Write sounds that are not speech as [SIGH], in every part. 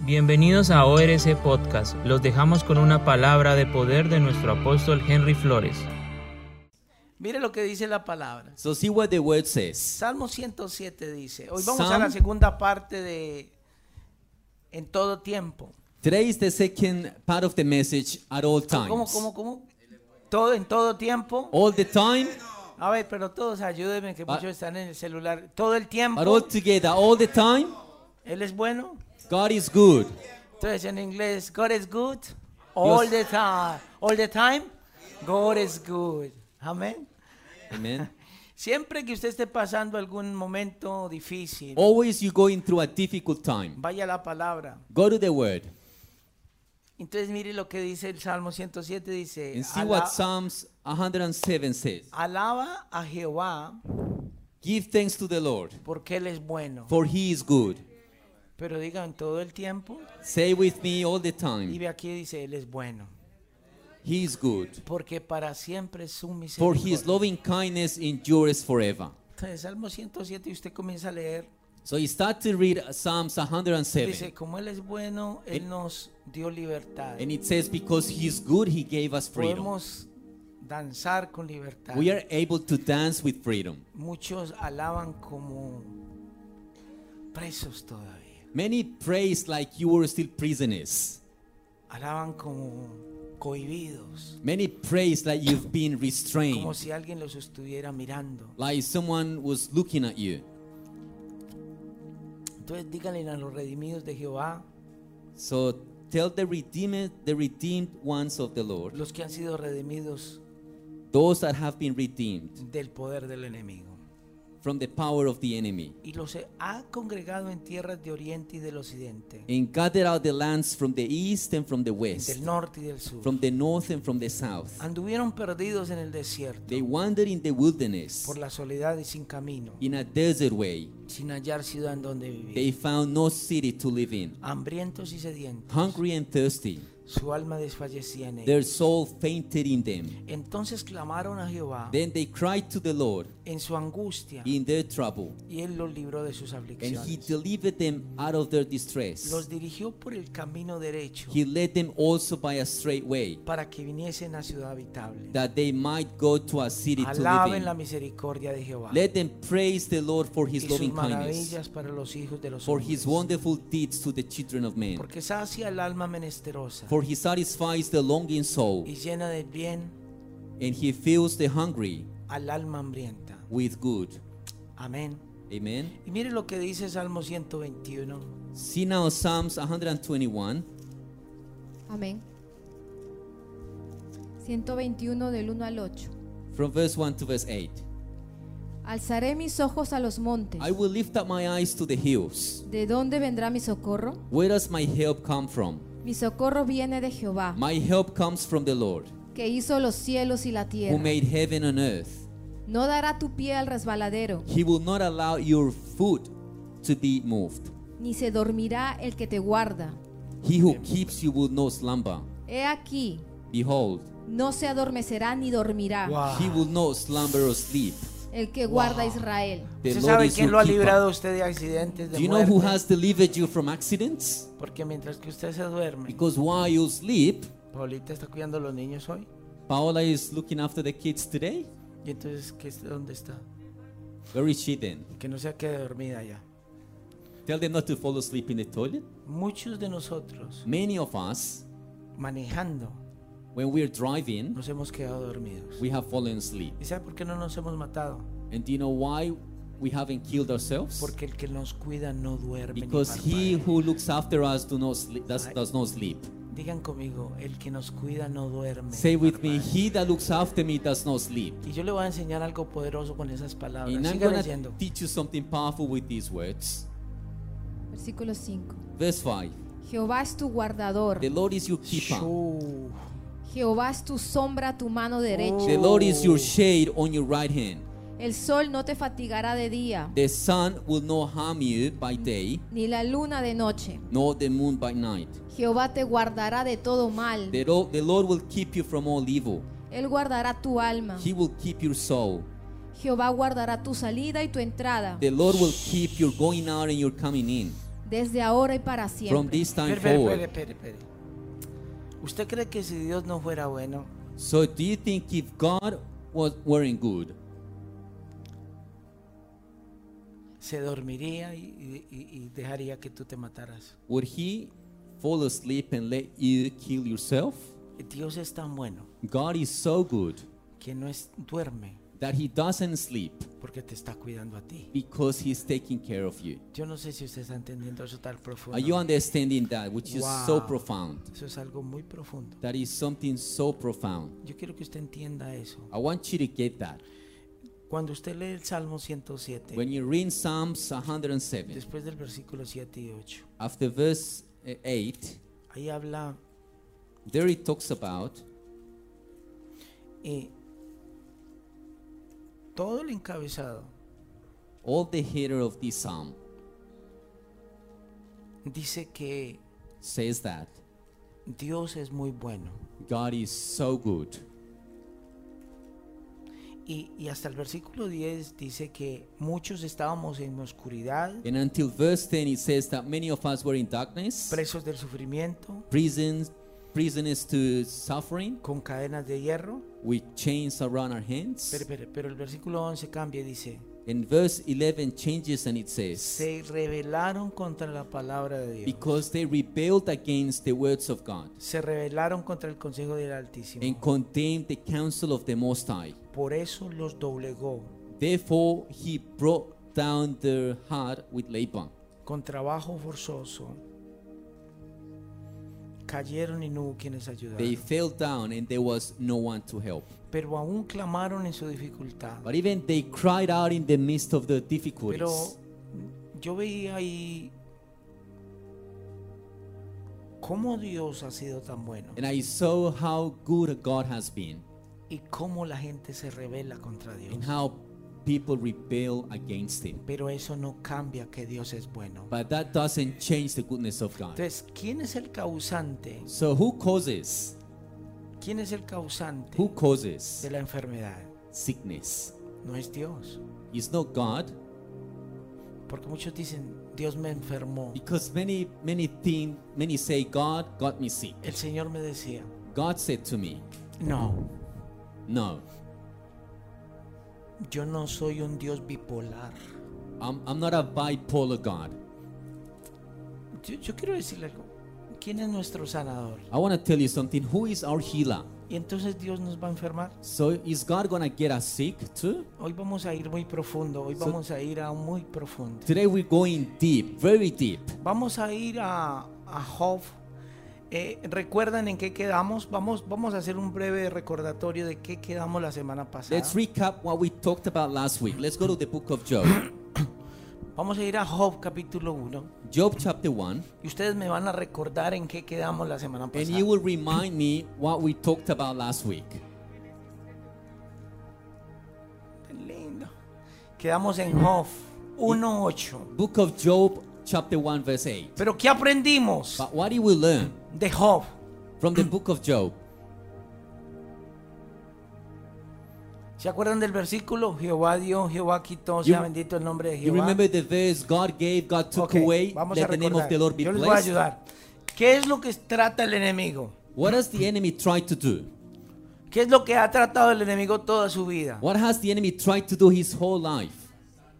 Bienvenidos a ORC Podcast. Los dejamos con una palabra de poder de nuestro apóstol Henry Flores. Mire lo que dice la palabra. So see what the word says. Salmo 107 dice, hoy vamos a Psalm- la segunda parte de En todo tiempo. Today is the second part of the message at all times. ¿Cómo, cómo, cómo? Todo en todo tiempo. All the time, A ver, pero todos ayúdenme que Oh. Ah. muchos están en el celular. Todo el tiempo. but all together, all the time, Él es bueno. God is good. Entonces en inglés, God is good all Dios- the time. All the time, God is good. Amén. Amen. Siempre que usted esté pasando algún momento difícil, Always you going through a difficult time. vaya a la palabra. Go to the word Entonces mire lo que dice el Salmo 107, dice, and see "Ala- what Psalms 107 says. alaba a Jehová Give thanks to the Lord, porque Él es bueno. for he is good. Pero digan todo el tiempo. Say with me all the Y time, ve aquí dice, Él es bueno. he is good. Porque para siempre es su For his misericordia. loving kindness endures forever. Entonces Salmo 107 y usted comienza a leer. So you start to read Psalms 107. Dice, como Él es bueno, Él En- nos dio libertad. And it says, because he is good, he gave us freedom. Podemos danzar con libertad. We are able to dance with freedom. Muchos alaban como presos todavía. Many praise like you were still prisoners. Alaban como cohibidos. Many praise like you've been Como restrained, si alguien los estuviera mirando. like someone was looking at you. Entonces díganle a los redimidos de Jehová, So tell the redeemed, the redeemed ones of the Lord, los que han sido redimidos those that have been redeemed del poder del enemigo. from the power of the enemy, Y los ha congregado en tierras de oriente y del occidente, and gather out the lands from the east and from the west, del norte Ah, y del sur. from the north and from the south. Anduvieron perdidos en el desierto, They wander in the wilderness, por la soledad y sin camino, in a desert way. sin hallar ciudad en donde They vivir. found no city to live in. Hambrientos y sedientos, Hungry and thirsty, su alma desfallecía en their ellos. soul fainted in them. Entonces clamaron a Jehová Then they cried to the Lord en su angustia in their trouble, y él los libró de sus and He aflicciones. delivered them out of their Los distress. dirigió por el camino derecho He led them also by a straight way, para que viniesen a ciudad habitable. that they might go to a city to live Alaben la in. misericordia de Jehová Let them praise the Lord for y His sus loving kindness, maravillas para los hijos de los for hombres. His wonderful deeds to the children of men, Porque sacia el alma menesterosa for He satisfies the longing soul, y llena de bien and He fills the hungry al alma hambrienta. with good. Amén. Amen. Y mire lo que dice Salmo 121. See now Psalms 121, Amén. 121 del 1 al 8. from verse 1 to verse 8. Alzaré mis ojos a los montes. I will lift up my eyes to the hills. ¿De dónde vendrá mi socorro? Where does my help come from? Mi socorro viene de Jehová, My help comes from the Lord, que hizo los cielos y la who tierra. made heaven and earth. No dará tu pie al resbaladero, He will not allow your foot to be moved. ni se dormirá el que te guarda. He who keeps you will not slumber. He aquí, Behold, no se adormecerá ni dormirá Ah. he will not slumber or sleep. el que guarda a Israel. The ¿Usted Lord sabe is quién your lo ha keeper. librado a usted de accidentes Do de you know who muerte? has delivered you from accidents? Porque mientras que usted se duerme, Because while you sleep, Paulita está cuidando a los niños hoy. Paola is looking after the kids today. Y entonces, ¿qué, es- ¿dónde está? Where is she then? Que no se quede dormida ya. Tell them not to fall asleep in the toilet. Muchos de nosotros, Many of us, manejando, when we're driving, nos hemos quedado dormidos. we have fallen asleep. ¿Y sabe por qué no nos hemos matado? And do you know why we haven't killed ourselves? Porque el que nos cuida no duerme. ni Because he parpadea. who looks after us do not sleep, does, does not sleep. Digan conmigo, el que nos cuida no duerme. Say ni with me, parpadea. he that looks after me does not sleep. Y yo le voy a enseñar algo poderoso con esas palabras. And I'm Siga going to leyendo. teach you something powerful with these words. Versículo 5. Verse 5 Jehová es tu guardador, The Lord is your keeper, Shoo. Jehová es tu sombra, a tu mano derecha. the Lord is your shade on your right hand. El sol no te fatigará de día, The sun will not harm you by day, ni la luna de noche. nor the moon by night. Jehová te guardará de todo mal. The Lord, the Lord will keep you from all evil. Él guardará tu alma. He will keep your soul. Jehová guardará tu salida y tu entrada. The Lord will keep your going out and your coming in. desde ahora y para from siempre. this time Espere, espere, forward. espere, espere. ¿Usted cree que si Dios no fuera bueno, So do you think if God was weren't good, se dormiría y, y- y dejaría que tú te mataras? would he fall asleep and let you kill yourself? Dios es tan bueno God is so good que no es, duerme that he doesn't sleep porque te está cuidando a ti. because he's taking care of you. Yo no sé si usted está entendiendo eso tan profundo. Are you understanding that which is so Wow. profound? Eso es algo muy profundo. That is something so profound. Yo quiero que usted entienda eso. I want you to get that. Cuando usted lee el Salmo 107, When you read Psalms 107, después del versículo 7 y 8, after verse eh, 8, ahí habla there it talks about eh, todo el encabezado. all the header of this psalm Dice que says that Dios es muy bueno. God is so good. Y, y hasta el versículo 10 dice que muchos estábamos en oscuridad, And until verse 10, it says that many of us were in darkness, presos del sufrimiento, prisons, prisoners to suffering, con cadenas de hierro. with chains around our Pero, hands. pero, pero el versículo 11 cambia y dice, And verse 11 changes and it says, se rebelaron contra la palabra de Dios. Because they rebelled against the words of God Se rebelaron contra el consejo del and Altísimo. condemned the counsel of the Most High. Por eso los doblegó. Therefore, he brought down their heart with Laban. Con trabajo forzoso cayeron y no hubo quienes They ayudaran. fell down and there was no one to help. Pero aún clamaron en su dificultad. But even they cried out in the midst of the difficulties. Pero yo veía ahí cómo Dios ha sido tan bueno And I saw how good God has been y cómo la gente se rebela contra Dios. and how people rebel against him. Pero eso no cambia que Dios es bueno. But that doesn't change the goodness of God. Entonces, ¿quién es el causante? So who causes? ¿Quién es el causante Who causes de la enfermedad? sickness? No es Dios. It's not God. Porque muchos dicen, Dios me enfermó. Because many, many think, many say, God got me sick. El Señor me decía, God said to me, no, No, yo no soy un Dios bipolar. I'm, I'm not a bipolar God. Yo, yo quiero decirle algo. ¿Quién es nuestro sanador? I want to tell you something. Who is our healer? Y entonces Dios nos va a enfermar. So is God gonna get us sick too? Hoy vamos a ir muy profundo, hoy So- vamos a ir a muy profundo. Today we're going deep, very deep. Vamos a ir a, a Job. Eh, ¿Recuerdan en qué quedamos? Vamos, vamos a hacer un breve recordatorio de qué quedamos la semana pasada. Let's recap what we talked about last week. Let's go to the book of [CLEARS THROAT] Job. Vamos a ir a Job capítulo 1. Job chapter 1. Y ustedes me van a recordar en qué quedamos la semana And pasada. you will remind me what we talked about last week. Qué lindo. Quedamos en Job 1.8. Book of Job chapter 1 verse 8. Pero ¿qué aprendimos But what did we learn de Job? from the book of Job? ¿Se acuerdan del versículo? Jehová dio, Jehová quitó, You- sea bendito el nombre de You Jehová. remember the verse God gave, God took Ok, away. vamos a Let the name of recordar. the Lord be Yo les voy a blessed. ayudar. ¿Qué es lo que trata el enemigo? What does the enemy try to do? ¿Qué es lo que ha tratado el enemigo toda su vida? What has the enemy tried to do his whole life?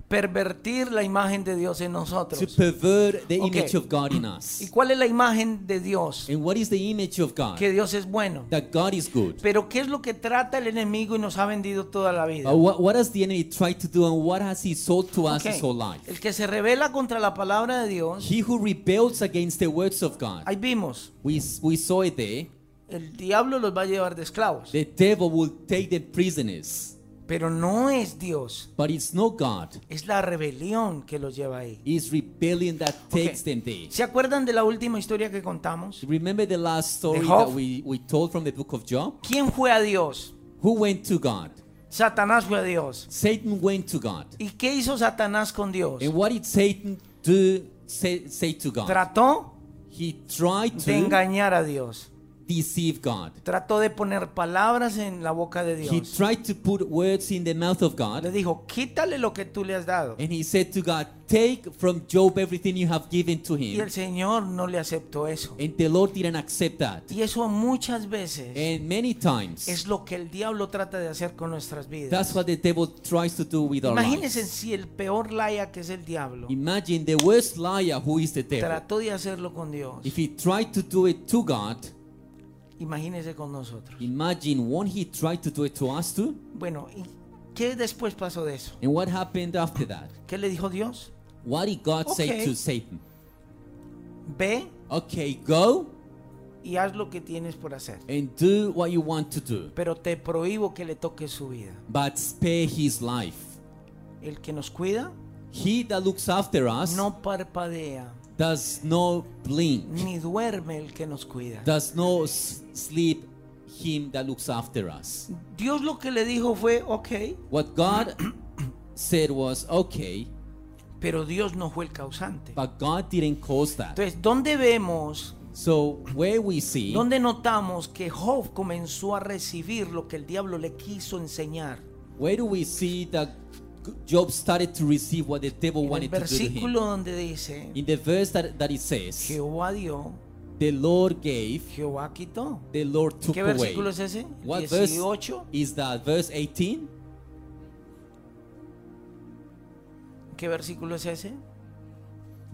Pervertir la imagen de Dios en To nosotros. pervert the Okay. image of God in ¿Y us. cuál es la imagen de Dios? And what is the image of God? Que Dios es bueno. That God is good. Pero ¿qué es lo que trata el enemigo y nos ha vendido toda la vida? Uh, what, what has the enemy tried to do and what has he sold to us Ok. his whole life? El que se revela contra la palabra de Dios, He who rebels against the words of God. ahí vimos, We, s- we saw it there. el diablo los va a llevar de esclavos. The devil will take the prisoners. Pero no es Dios, But it's not God. es la rebelión que los lleva ahí. It's rebellion that takes Ok. them there. ¿Se acuerdan de la última historia que contamos? Remember the last story Job. that we, we told from the book of Job? ¿Quién fue a Dios? Who went to God? Satanás fue a Dios. Satan went to God. ¿Y qué hizo Satanás con Dios? And what did Satan do? Say, say to God? Trató He tried de to engañar a Dios. deceive God. Trató de poner palabras en la boca de He Dios. tried to put words in the mouth of Le God, dijo, quítale lo que tú le has dado. and he said to God, Take from Job everything you have given to Y him. el Señor no le aceptó eso. And the Lord didn't accept that. Y eso muchas veces And many times, es lo que el diablo trata de hacer con nuestras that's vidas. what the devil tries to do with our Imagínense lives. si el peor laya que es el diablo Imagine the worst liar who is the devil. trató de hacerlo con Dios. If he tried to do it to God, Imagínense con nosotros. imagine won't he try to do it to us too? Bueno, ¿y qué después pasó de eso? And what happened after that? ¿Qué le dijo Dios? What did God Okay. say to Satan? Ve Okay, go y haz lo que tienes por hacer. and do what you want to do, Pero te prohíbo que le toques su vida. but spare his life. El que nos cuida He that looks after us no parpadea, does no blink, ni duerme el que nos cuida. does no s- sleep him that looks after us. Dios lo que le dijo fue, ok, What God [CLEARS THROAT] said was okay, pero Dios no fue el causante. but God didn't cause that. Entonces, ¿dónde vemos, So where we see dónde notamos que Job comenzó a recibir lo que el diablo le quiso enseñar? Where do we see that Job started to receive what the devil En el wanted to do to him? versículo donde dice, In the verse that, that it says, Jehová dio, the Lord gave, Jehová quitó. the Lord took ¿Qué away. versículo es ese? What verse 18. is that? Verse 18? ¿Qué versículo es ese?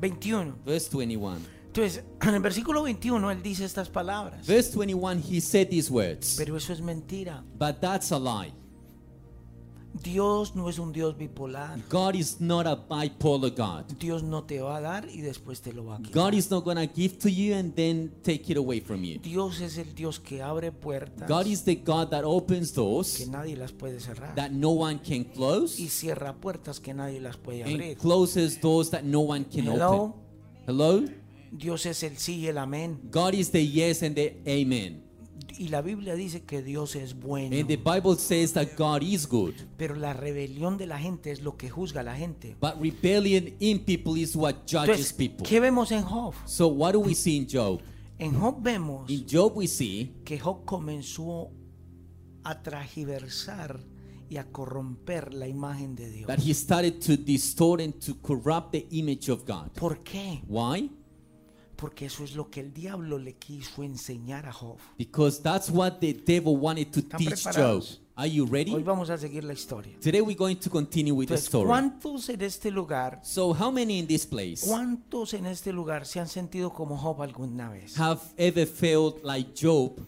21. Verse 21. Entonces, [CLEARS THROAT] en el versículo 21 él dice estas palabras. Verse 21, he said these words, Pero eso es mentira. but that's a lie. Dios no es un Dios bipolar. God is not a bipolar God. Dios no te va a dar y después te lo va a quitar. God is not going to give to you and then take it away from you. Dios es el Dios que abre puertas God is the God that opens que doors nadie las puede cerrar that no one can y close cierra puertas que nadie las puede abrir. and closes doors that no one can open. Hello, Hello? Dios es el sí y el amén. God is the yes and the amen. Y la Biblia dice que Dios es bueno, And the Bible says that God is good. pero la rebelión de la gente es lo que juzga a la gente. But rebellion in people is what judges Entonces, people. ¿qué vemos en Job? So what do we see in Job? En Job vemos In Job we see que Job comenzó a tragiversar y a corromper la imagen de Dios. that he started to distort and to corrupt the image of God. ¿Por qué? Why? Porque eso es lo que el diablo le quiso enseñar a Job. Because that's what the devil wanted to ¿Están teach Job. preparados? Are you Hoy ready? vamos a seguir la historia. Today we're going to continue with the Entonces, story. ¿cuántos en este lugar, So how many in this place cuántos en este lugar se han sentido como Job alguna vez? have ever felt like Job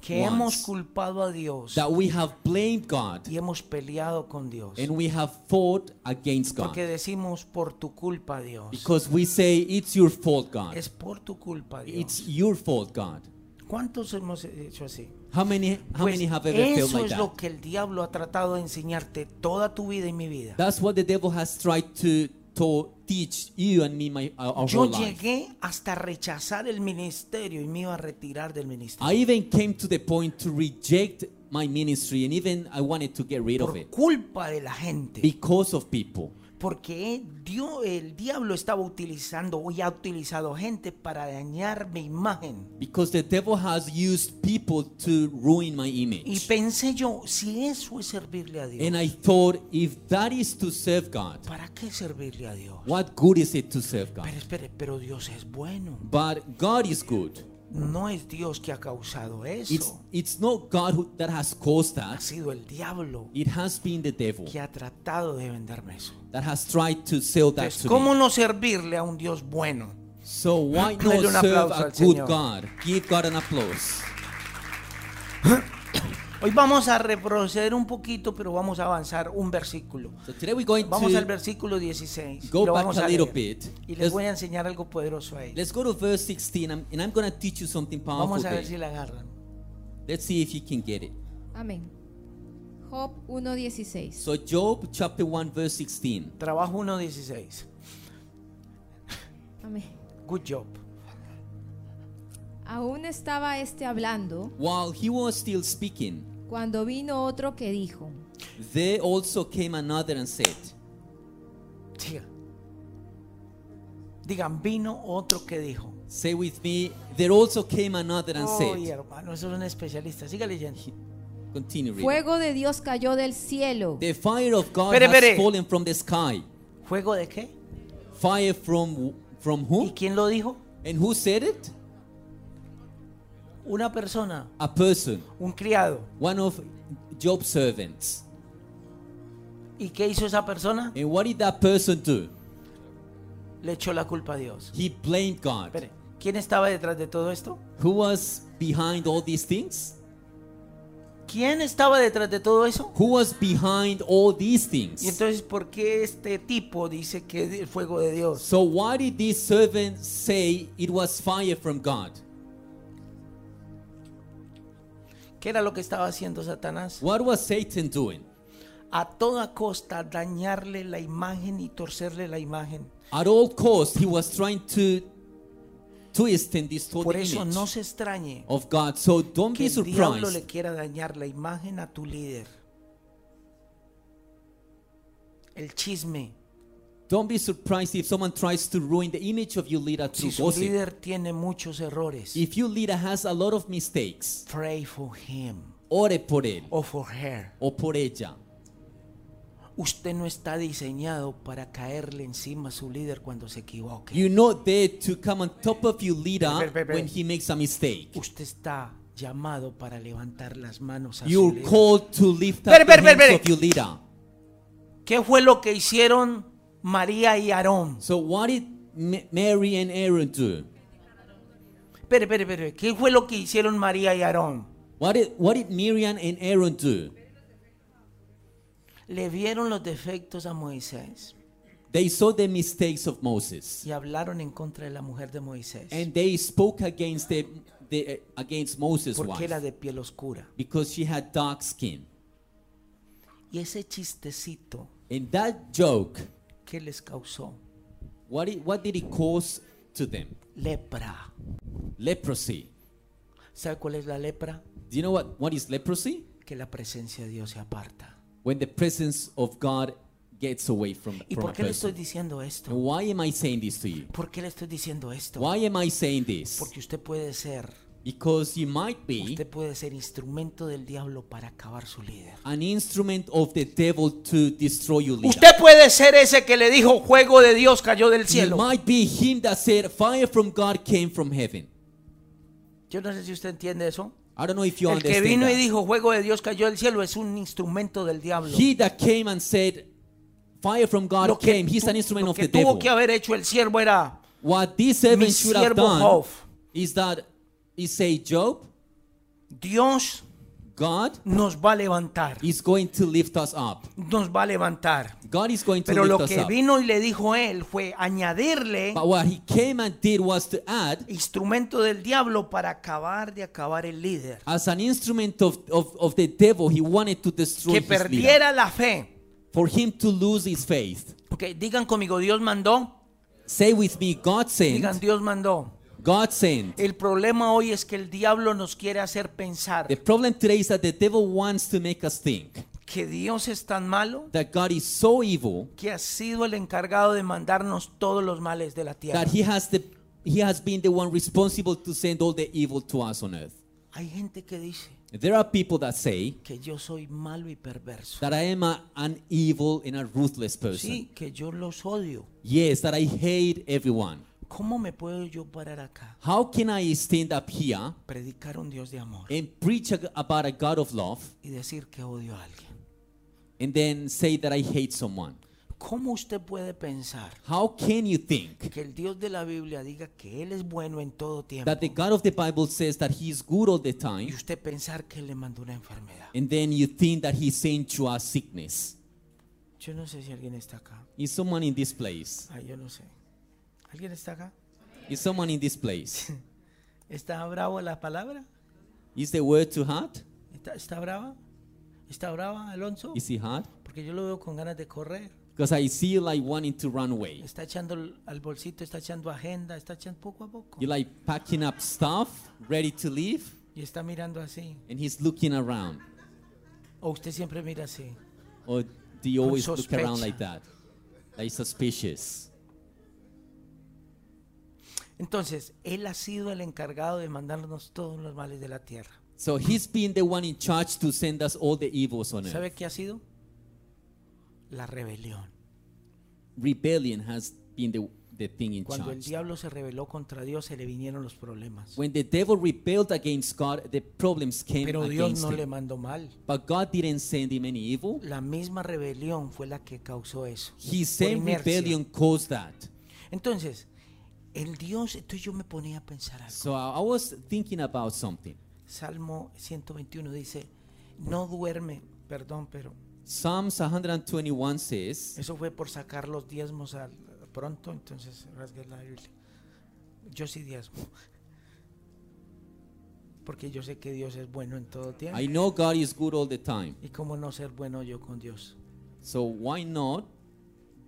Que hemos once. culpado a Dios that we have blamed God y hemos peleado con Dios. and we have fought against Porque God? decimos por tu culpa, Dios. Because we say it's your fault, God. Es por tu culpa, It's Dios. your fault, God. ¿Cuántos hemos hecho así? How many how Pues many have ever felt eso like es that? lo que el diablo ha tratado de enseñarte toda tu vida y mi vida. That's what the devil has tried to, to teach you and me my our, our Yo whole life. llegué hasta rechazar el ministerio y me iba a retirar del ministerio I even came to the point to reject my ministry and even I wanted to get rid of por it culpa de la gente, because of people. porque Dios, el diablo estaba utilizando o ya ha utilizado gente para dañar mi imagen. Because the devil has used people to ruin my Y image. pensé yo, si eso es servirle a Dios, And I thought if that is to serve God, ¿para qué servirle a Dios? what good is it to serve God? Pero espere, pero Dios es bueno. But God is good. No es Dios que ha causado It's eso. it's not God who, that has caused Ha that. sido el diablo It has been the devil que ha tratado de venderme eso. that has tried to sell that Entonces, to ¿cómo me. no servirle a un Dios bueno? So why Dale un not serve aplauso a al good Señor. God? Give God an applause. Hoy vamos a retroceder un poquito, pero vamos a avanzar un versículo. So today we're going Vamos al to versículo 16. go lo back vamos a a little leer. bit. Y les Let's- voy a enseñar algo poderoso ahí. let's go to verse 16 I'm- and I'm going to teach you something powerful. Vamos a ver there. si la agarran. Let's see if you can get it. Amén. Job 1.16. So Job chapter 1 verse 16. Trabajo 1.16. Amén. Good job. Aún estaba este hablando While he was still speaking, cuando vino otro que dijo, there also came another and said, Siga. Digan, vino otro que dijo. Say with me, there also came another and Oye, said, hermano, eso es un especialista. Siga leyendo. continue reading. Fuego de Dios cayó del cielo. The fire of God Espere, has espere. fallen from the sky. ¿Juego de qué? Fire from from ¿Y whom? quién lo dijo? And who said it? Una persona, A person, un criado. one of Job's servants. ¿Y qué hizo esa persona? And what did that person do? Le echó la culpa a Dios. He blamed God. Espere, ¿quién estaba detrás de todo esto? Who was behind all these things? ¿Quién estaba detrás de todo eso? Who was behind all these Y things? entonces, ¿por qué este tipo dice que es el fuego de Dios? So why did this servant say it was fire from God? ¿Qué era lo que estaba haciendo Satanás? What was Satan doing? A toda costa dañarle la imagen y torcerle la imagen. At all costs, he was trying to twist and distort Por the eso image Oh, no se extrañe of God. So don't que be el diablo le surprised quiera dañar la imagen a tu líder. El chisme. Don't be surprised if someone tries to ruin the image of your leader Si through su gossip. líder tiene muchos errores, If your leader has a lot of mistakes, pray for him ore por él o for her. o por ella. Usted no está diseñado para caerle encima a su líder cuando se equivoque. You're not there to come on top of your leader Espera, espera, espera. when he makes a mistake. Usted está llamado para levantar las manos a su You're líder. called to lift up Espera, the espera, hands espera, of your leader. ¿Qué fue lo que hicieron María y Aarón? So what did Ma- Mary and Aaron do? Espere, espere, espere. ¿Qué fue lo que hicieron María y Aarón? What did, what did Miriam and Aaron do? Le vieron los defectos a Moisés They saw the mistakes of Moses y hablaron en contra de la mujer de Moisés and they spoke against the, the uh, against Moses' porque wife era de piel oscura. because she had dark skin. Y ese chistecito And that joke, que les causó what it, what did it cause to them? lepra. Leprosy. ¿Sabe cuál es la lepra? Do you know what, what is leprosy? Que la presencia de Dios se aparta. When the presence of God gets away from, ¿Y from a por qué le estoy person. diciendo esto? And why am I saying this to you? ¿Por qué le estoy diciendo esto? Why am I saying this? Porque usted puede ser, Because you might be usted puede ser instrumento del diablo para acabar su líder. an instrument of the devil to destroy your leader. Usted puede ser ese que le dijo juego de Dios cayó del You cielo. might be him that said fire from God came from heaven. Yo no sé si usted entiende eso. I don't know if you El que understand vino y that. dijo juego de Dios cayó del cielo es un instrumento del diablo. He that came and said fire from God Lo que came, he's tu- an instrument lo of que the tuvo devil. que haber hecho el siervo era What this servant Mi should have siervo done Job. is that he say Job, Dios God nos va a levantar, is going to lift us up. nos va a levantar. God is going to Pero lo lift us que up. vino y le dijo él fue añadirle But what he came and did was to add instrumento del diablo para acabar de acabar el líder. as an instrument of, of, of the devil, he wanted to destroy Que his leader. perdiera la fe. For him to lose his faith. Ok, digan conmigo, Dios mandó. Say with me, God Digan, sent. Dios mandó. God sent. El problema hoy es que el diablo nos quiere hacer pensar The problem today is that the devil wants to make us think que Dios es tan malo that God is so evil que ha sido el encargado de mandarnos todos los males de la tierra. that he has the he has been the one responsible to send all the evil to us on earth. Hay gente que dice There are people that say que yo soy malo y perverso. that I am a, an evil and a ruthless person. Sí, que yo los odio. Yes, that I hate everyone. ¿Cómo me puedo yo parar acá? How can I stand up here Predicar un Dios de amor and preach ag- about a God of love y decir que odio a alguien. and then say that I hate someone? ¿Cómo usted puede pensar How can you think que el Dios de la Biblia diga que Él es bueno en todo tiempo that the God of the Bible says that He is good all the time y usted pensar que Él le mandó una enfermedad? and then you think that He sent you a sickness? Yo no sé si alguien está acá. Is someone in this place? Ah, yo no sé. ¿Alguien está acá? Is someone in this place? ¿Está bravo la palabra? Is the word too hard? ¿Está, está brava? ¿Está brava Alonso? Is he hard? Porque yo lo veo con ganas de correr. Because I see you like wanting to run away. Está echando al al bolsito, está echando agenda, está echando poco a poco. You're like packing up stuff, ready to leave, Y está mirando así. and he's looking around. O usted siempre mira así. Or do you always look sospecha. around like that? Like suspicious. Entonces, Él ha sido el encargado de mandarnos todos los males de la tierra. So he's been the one in charge to send us all the evils on earth. ¿Sabe qué ha sido? La rebelión. Rebellion has been the, the thing in Cuando el charge. diablo se rebeló contra Dios, se le vinieron los problemas. When the devil rebelled against God, the problems came Pero Dios against no le him. mandó mal. But God didn't send him any evil. La misma rebelión fue la que causó eso. His por same inercia. rebellion caused that. Entonces, el Dios, entonces yo me ponía a pensar algo. So I I was thinking about something. Salmo 121 dice, no duerme, perdón, pero Psalms 121 says, eso fue por sacar los diezmos al, pronto, entonces rasgué la Biblia. Yo sí diezmo. Porque yo sé que Dios es bueno en todo tiempo. I know God is good all the time. ¿Y cómo no ser bueno yo con Dios? So why not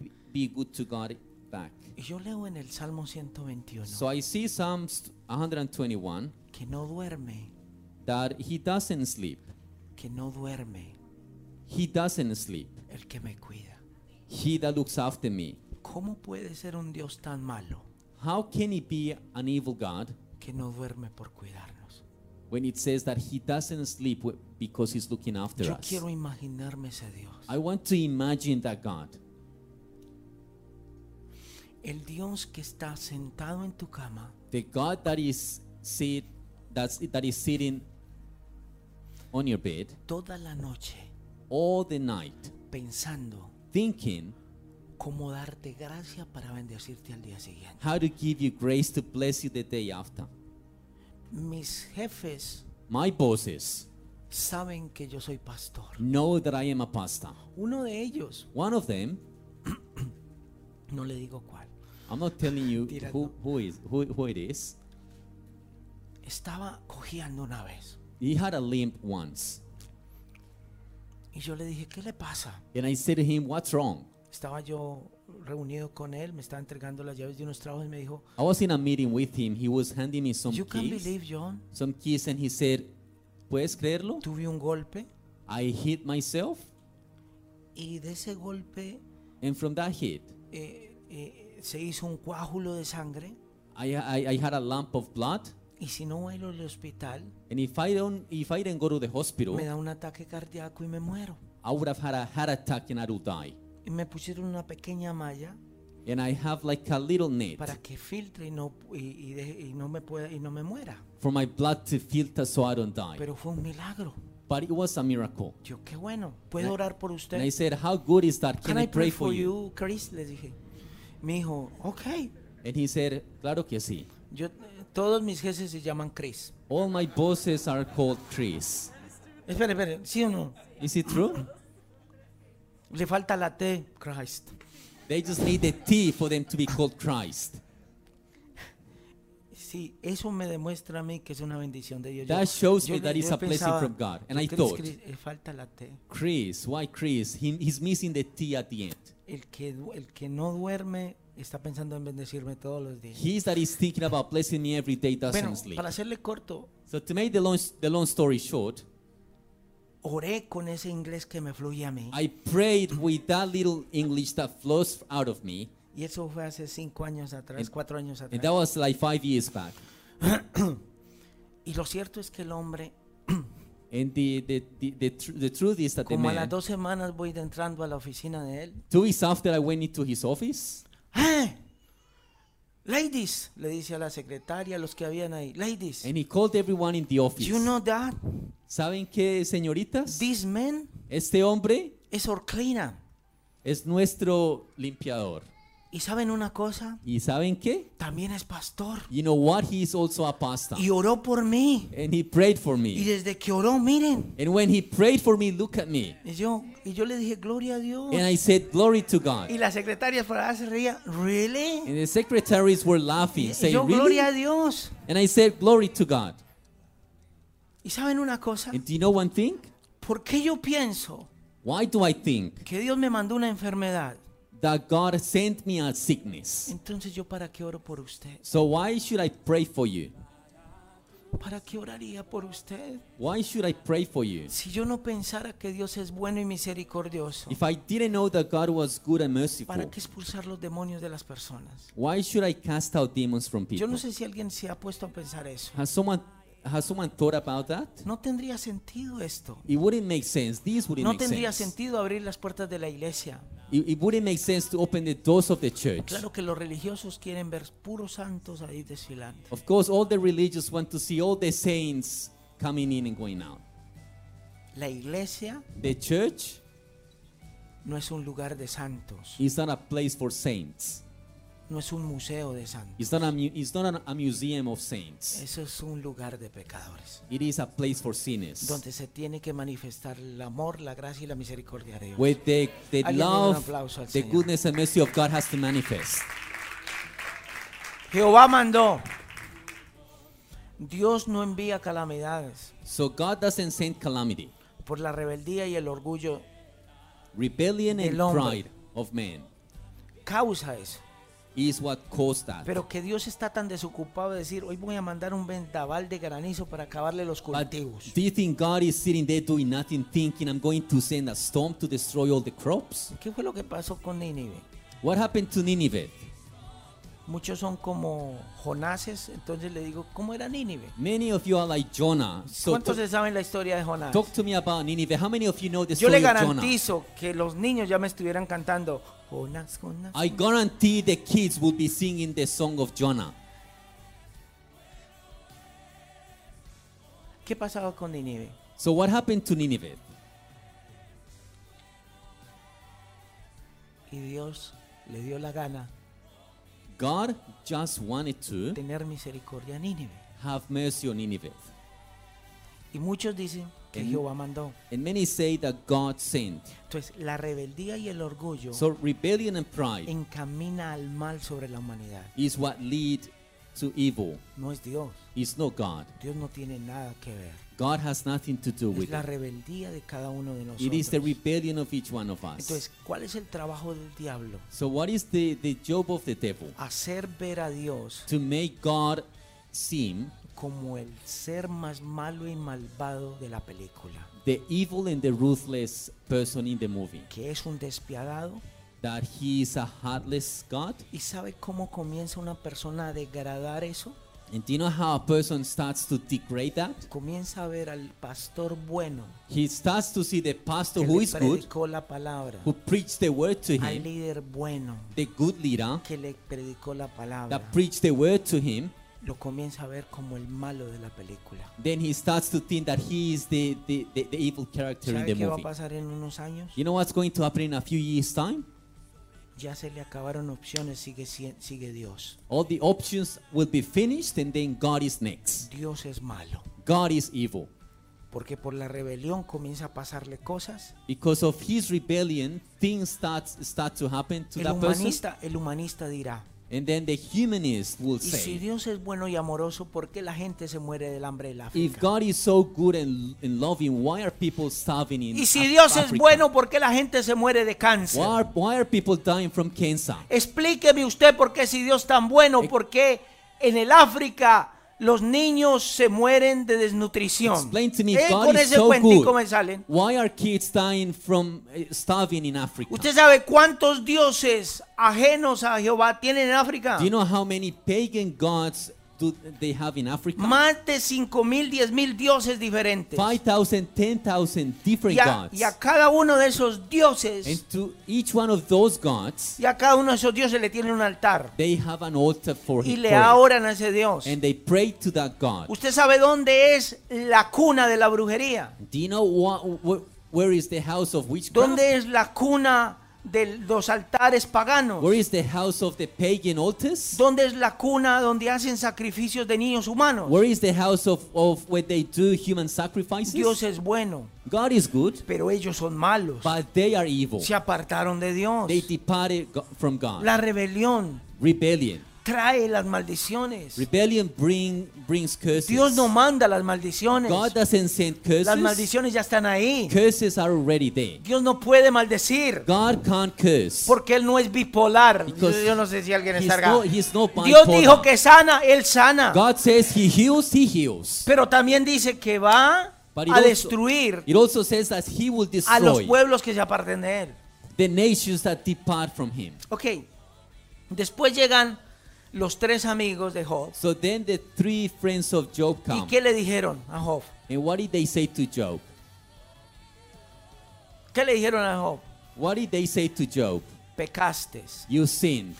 be- be good to God back? Y yo leo en el Salmo 121 So I see Psalms 121 que no duerme, that he doesn't sleep. que no duerme He doesn't sleep. el que me cuida. He that looks after me. ¿Cómo puede ser un Dios tan malo How can he be an evil God que no duerme por cuidarnos? when it says that he doesn't sleep wi- because he's looking after Yo us? quiero imaginarme ese Dios. I want to imagine that God, El Dios que está sentado en tu cama, the God that is sit, that's, that is sitting on your bed toda la noche, all the night, pensando thinking cómo darte gracia para bendecirte al día siguiente. how to give you grace to bless you the day after. Mis jefes My bosses saben que yo soy pastor. know that I am a pastor. Uno de ellos, One of them, no le digo cuál, I'm not telling you Tira, who, who, is, who, who it is, estaba cojeando una vez. he had a limp once. Y yo le dije, ¿qué le pasa? And I said to him, What's wrong? Estaba yo reunido con él, me estaba entregando las llaves de unos trabajos y me dijo, I was in a meeting with him. He was handing me some You can't keys. believe, John. Some keys, and he said, ¿Puedes creerlo? Tuve un golpe I hit myself, y de ese golpe and from that hit, eh, eh, se hizo un coágulo de sangre. I, I, I had a lump of blood. Y si no vuelo al hospital, And if I don't, if I didn't go to the hospital, me da un ataque cardíaco y me muero. I would have had a heart attack and I would die. Y me pusieron una pequeña malla And I have like a little net para que filtre y no, y, y deje- y no me pueda y no me muera. for my blood to filter so I don't die. Pero fue un milagro. But it was a miracle. Yo, qué bueno. ¿Puedo orar por And I usted? said, How good is that? Can Can I I pray for you? Chris? Les dije. Me dijo, ok. And he said, Claro que sí. Yo, eh, todos mis jefes se llaman Chris. All my bosses are called Chris. Espere, espere. ¿Sí o no? Is it true? Le falta la T, Christ. They just need the T for them to be called Christ. Sí, eso me demuestra a mí que es una bendición de Dios. That shows me le- that it's a blessing pensaba, from God. And "Tú I crees thought- que le eh, falta la T. Chris, why Chris? He, he's missing the T at the end. El que, du- el que no duerme está pensando en bendecirme todos los días. He's that is thinking about blessing me every day doesn't Bueno, sleep. para hacerle corto, So to make the long, the long story short, oré con ese inglés que me fluye a mí. I prayed with that little English that flows out of me, Y eso fue hace cinco años atrás, And- cuatro años and that atrás. was like five years back. Y lo cierto es que el hombre, And the the the, the, tr- the truth is that the como a las man, dos semanas voy de entrando a la oficina de él. two weeks after I went into his office, ¡Eh! Ladies, le dice a la secretaria, a los que habían ahí. Ladies, and he called everyone in the do office. you know that? ¿Saben qué, señoritas? This man Este hombre es our cleaner. es nuestro limpiador. Y saben una cosa, ¿Y saben qué? también es pastor. You know what? He is also a pastor. Y oró por mí. And he prayed for Y me. desde que oró, miren. And when he prayed for me, look at me. Y yo, y yo le dije, gloria a Dios. And I said, Glory to God. Y las secretarias por allá "Ah, se reían, ¿really? And the secretaries were Y laughing, y saying, yo, gloria a Really? Dios. And I said, Glory to God. Y saben una cosa, And do you know one thing? ¿por qué yo pienso Why do I think que Dios me mandó una enfermedad? that God sent me a sickness? Entonces yo para qué oro por usted. So why should I pray for you? ¿Para qué oraría por usted? Why should I pray for you? Si yo no pensara que Dios es bueno y misericordioso, If I didn't know that God was good and ¿para merciful, qué expulsar los demonios de las personas? why should I cast out demons from Yo people? no sé si alguien se ha puesto a pensar eso. Has someone has someone thought about that? No tendría sentido esto. It wouldn't make sense. This wouldn't No make tendría sense. sentido abrir las puertas de la iglesia. It, it wouldn't make sense to open the doors of the church. Claro que los religiosos quieren ver puros santos ahí desfilando. Of course, all the religious want to see all the saints coming in and going out. La iglesia The church no es un lugar de santos, is not a place for saints. no es un museo de santos. It's not a, mu- it's not an- a museum of saints. Eso es un lugar de pecadores, It is a place for sinners. donde se tiene que manifestar el amor, la gracia y la misericordia de Dios. Where the, the Alguien denle un love, aplauso al the Señor. goodness and mercy of God has to manifest. Jehová mandó. Dios no envía calamidades So God doesn't send calamity, por la rebeldía y el orgullo. rebellion and Del hombre. pride of man Causa eso. is what caused that. Pero que Dios está tan desocupado de decir, hoy voy a mandar un vendaval de granizo para acabarle los But cultivos. do you think God is sitting there doing nothing, thinking I'm going to send a storm to destroy all the crops? ¿Qué fue lo que pasó con Nínive? What happened to Nineveh? Muchos son como Jonases, entonces le digo, ¿cómo era Nínive? Many of you are like Jonah. So ¿Cuántos t- se saben la historia de Jonás? talk to me about Nineveh. How many of you know the Yo le story of Jonah? garantizo que los niños ya me estuvieran cantando Jonás, Jonás. I guarantee the kids will be singing the song of Jonah. ¿Qué pasaba con Nínive? So what happened to Nineveh? Y Dios le dio la gana God just wanted to tener misericordia a Nínive. have mercy on Nineveh. Y muchos dicen que Ujú. Jehová mandó. And many say that God sent. Entonces, la rebeldía y el orgullo So rebellion and pride encamina al mal sobre la humanidad. is what lead to evil. No es Dios. It's not God. Dios no tiene nada que ver. God has nothing to do Es with la it. rebeldía de cada uno de It is the nosotros. rebellion of each one of us. Entonces, ¿cuál es el trabajo del diablo? So what is the, the job of the devil? Hacer ver a Dios To make God seem como el ser más malo y malvado de la película, the evil and the ruthless person in the movie. que es un despiadado That he is a heartless God. y sabe cómo comienza una persona a degradar eso, And do you know how a person starts to degrade that? comienza a ver al pastor bueno He starts to see the pastor que who le is good, predicó la palabra, who preached the word to al him, líder bueno the good leader que le predicó la palabra, that preached the word to him. lo comienza a ver como el malo de la película. Then he starts to think that he is the, the, the, the evil character in ¿Sabe the qué va a movie. pasar en unos años? You know what's going to happen in a few years' time? Ya se le acabaron opciones, sigue, si- sigue Dios. All the options will be finished, and then God is next. Dios es malo, God is evil. porque por la rebelión comienza a pasarle cosas Because of his rebellion, things start, start to happen to el that person. humanista, el humanista dirá, And then the humanist will y si say, Dios es bueno y amoroso, ¿por qué la gente se muere del hambre del If África? God is so good and, and loving, why are people starving in Y si Af- Dios es Africa? bueno, ¿por qué la gente se muere de cáncer? Why are, why are people dying from cancer? Explíqueme usted por qué si Dios es tan bueno, por qué en el África los niños se mueren de desnutrición. Explain to me, Eh, if God con is ese so cuentico me good. salen. Why are kids dying from eh, starving in Africa? ¿Usted sabe cuántos dioses ajenos a Jehová tienen en África? Do you know how many pagan gods do they have in Africa? Más de 5 mil, 10 mil dioses diferentes. 5,000, 10,000 different Y a, gods. y a cada uno de esos dioses And to each one of those gods, Y a cada uno de esos dioses le tiene un altar. they have an altar for Y him. le for adoran a ese Dios. it. And they pray to that god. Usted sabe dónde es la cuna de la brujería. Do you know wha- wh- where is the house of witchcraft? ¿Dónde es la cuna de los altares paganos? Where is the house of the pagan altars? ¿Dónde es la cuna donde hacen sacrificios de niños humanos? Where is the house of, of where they do human sacrifices? Dios es bueno, God is good, pero ellos son malos. but they are evil. Se apartaron de Dios. They departed go- from God. La rebelión Rebellion. trae las maldiciones. Rebellion bring, brings curses. Dios no manda las maldiciones. God doesn't send Las curses. maldiciones ya están ahí. Curses are already there. Dios no puede maldecir God can't curse. porque él no es bipolar. Yo, Because yo no sé si alguien he's está acá. no- he's no Dios bipolar. dijo que sana, él sana. God says he heals, he heals. Pero también dice que va But it a also- destruir It also says that he will a los destroy pueblos que se aparten de él. the nations that depart from him. Ok. Después llegan los tres amigos de Job. So then the three friends of Job ¿Y come. qué le dijeron a Job? And what did they say to Job? ¿Qué le dijeron a Job? What did they say to Job? Pecaste, You sinned.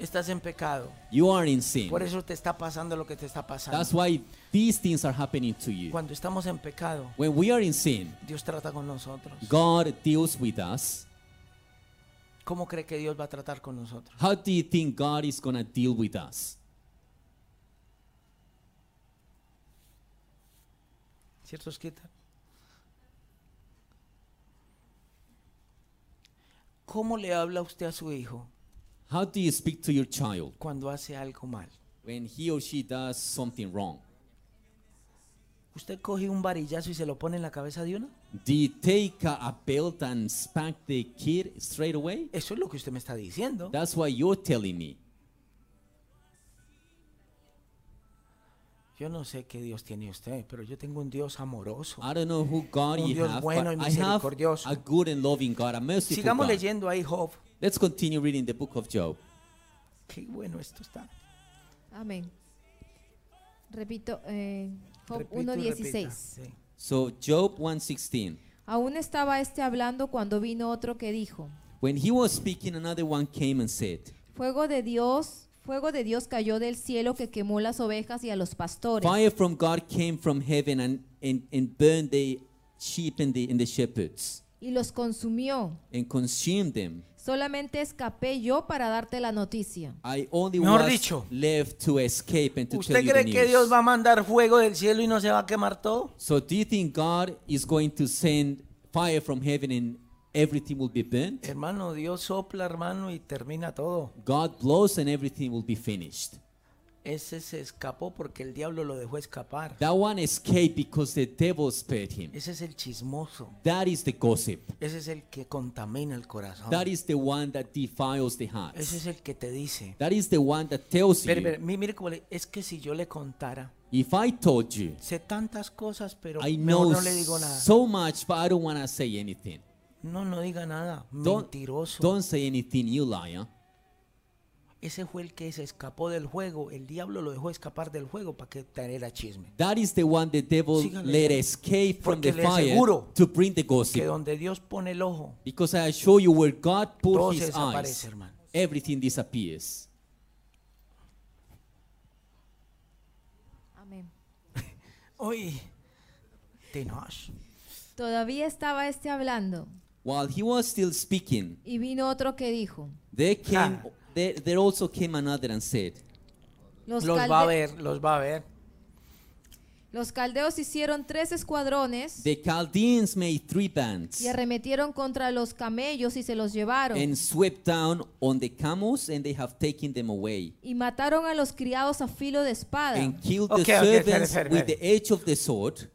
estás en pecado. You are in sin. Por eso te está pasando lo que te está pasando. That's why these things are happening to you. Cuando estamos en pecado, When we are in sin, Dios trata con nosotros. God deals with us. ¿Cómo cree que Dios va a tratar con nosotros? How do you think God is going to deal with us? ¿Cierto, Esquita? ¿Cómo le habla usted a su hijo How do you speak to your child cuando hace algo mal? when he or she does something wrong? ¿Usted coge un varillazo y se lo pone en la cabeza de uno? Do you take a, a belt and spank the kid straight away? Eso es lo que usted me está diciendo. That's what you're telling me. Yo no sé qué Dios tiene usted, pero yo tengo un Dios amoroso. I don't know who God Un you Oh, Dios have, bueno y but I have misericordioso. a good and loving God, a merciful Sigamos God. leyendo ahí Job. Let's continue reading the book of Job. Qué bueno esto está. Amén. Repito, eh, Job Repito y 1.16. repita. Sí. So Job 1:16. Aún estaba este hablando cuando vino otro que dijo, When he was speaking, another one came and said, fuego de Dios, fuego de Dios cayó del cielo que quemó las ovejas y a los pastores. "Fire from God came from heaven and and, and burned the sheep and the and the shepherds y los consumió. and consumed them. Solamente escapé yo para darte la noticia. I only Mejor was dicho, left to escape and to tell ¿Usted you the cree que news." Dios va a mandar fuego del cielo y no se va a quemar todo? So do you think God is going to send fire from heaven and everything will be burnt? Hermano, Dios sopla, hermano, y termina todo. God blows and everything will be finished. Ese se escapó porque el diablo lo dejó escapar. That one escaped because the devil spared him. Ese es el chismoso. That is the gossip. Ese es el que contamina el corazón. That is the one that defiles the heart. Ese es el que te dice. That is the one that tells Mire, you, mire, mi- mire cómo le- es que si yo le contara, if I told you, sé tantas cosas, pero I mejor know no le digo nada. so much, but I don't want to say anything. No, no diga nada. Don't, Mentiroso. don't say anything, you liar. Ese fue el que se escapó del juego. El diablo lo dejó escapar del juego para que trajera chisme. That is the one the devil Sígale. let escape from Porque the le fire aseguro to bring the Que gossip. donde Dios pone el ojo, Because I assure you, where God Todo put se his desaparece, eyes, hermano. everything disappears. Amén. Uy, Tenoch. Todavía estaba este hablando While he was still speaking, y vino otro que dijo, there came, Ah. there, there also came another and said, los, Los va a calde- ver, los va a ver. los caldeos hicieron tres escuadrones the Chaldeans made three bands. y arremetieron contra los camellos y se los llevaron. and swept down on the camels and they have taken them away y mataron a los criados a filo de espada. and killed the Okay, okay, espere, servants espere, with espere. the edge of the sword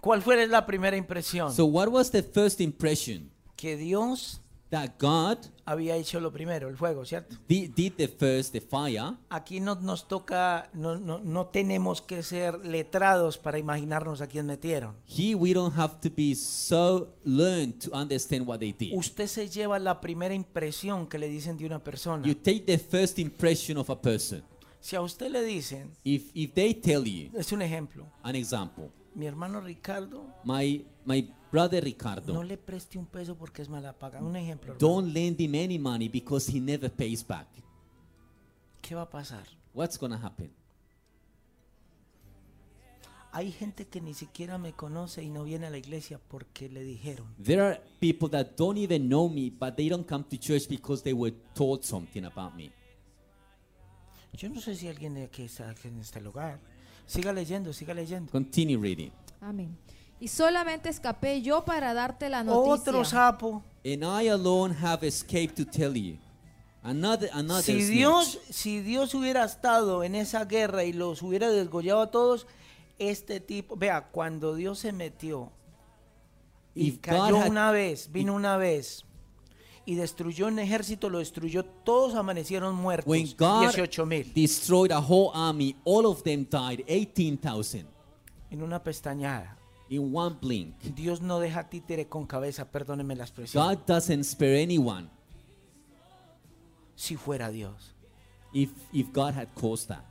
¿Cuál fue la primera impresión? so what was the first impression que Dios that god había hecho lo primero, el fuego, ¿cierto? di- did the first the fire Aquí no nos toca, no, no, no tenemos que ser letrados para imaginarnos a quién metieron. here we don't have to be so learned to understand what they did Usted se lleva la primera impresión que le dicen de una persona. you take the first impression of a person Si a usted le dicen, if if they tell you es un ejemplo, an example mi hermano Ricardo, my my brother no ricardo le preste un peso porque es mala paga. Un ejemplo, hermano. don't lend him any money because he never pays back ¿qué va a pasar? what's gonna happen Hay gente que ni siquiera me conoce y no viene a la iglesia porque le dijeron. There are people that don't even know me, but they don't come to church because they were told something about me. Yo no sé si alguien de aquí está aquí en este lugar. Siga leyendo, siga leyendo. Continue reading. Amén. Y solamente escapé yo para darte la Otro noticia. sapo. And I alone have escaped to tell you. Another, another Si snitch. Dios, si Dios hubiera estado en esa guerra y los hubiera desgollado a todos, este tipo, vea, cuando Dios se metió y If God cayó had- una vez, vino una vez y destruyó un ejército, lo destruyó, todos amanecieron muertos, When God 18 mil, destroyed a whole army, all of them died, 18,000 en una pestañada. in one blink. Dios no deja títere con cabeza, perdónenme la expresión, God doesn't spare anyone si fuera Dios. if, if God had caused that.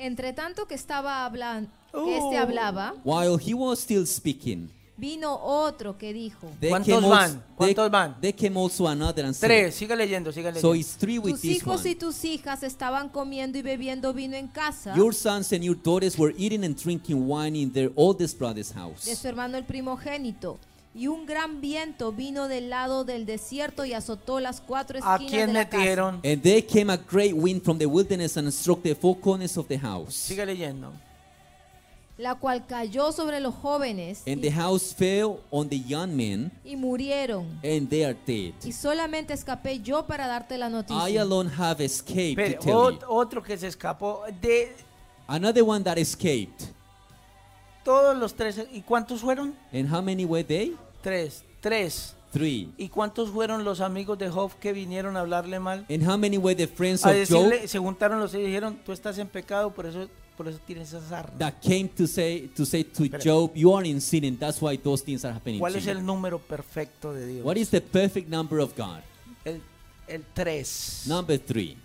Entre tanto que estaba hablando, Oh. este hablaba, While he was still speaking, vino otro que dijo, there ¿Cuántos came, van? also, ¿Cuántos van? There, there came also another and said, Tres, siga leyendo, siga leyendo. So it's three with tus this hijos y one. tus hijas estaban comiendo y bebiendo vino en casa Your sons and your daughters were eating and drinking wine in their oldest brother's de house. su hermano el primogénito. Y un gran viento vino del lado del desierto y azotó las cuatro ¿A esquinas quién de la casa. metieron? And there came a great wind from the wilderness and struck the four corners of the house. Siga leyendo. la cual cayó sobre los jóvenes And y, the house fell on the young men, y murieron. and they are dead. Y solamente escapé yo para darte la I noticia. alone have escaped to Espere, tell you. ot- otro que se escapó de Another one that escaped. todos los tres. ¿Y cuántos fueron? And how many were they? Tres. Tres. Three. ¿Y cuántos fueron los amigos de Job que vinieron a hablarle mal? And how many were the friends A of Job decirle, se juntaron los tres y dijeron, tú estás en pecado, por eso, por eso tienes esas armas. that came to say to say to Job, "You are in sin, and that's why those things are happening." ¿Cuál to es you." el número perfecto de Dios? What is the perfect number of God? El, el tres. Number three.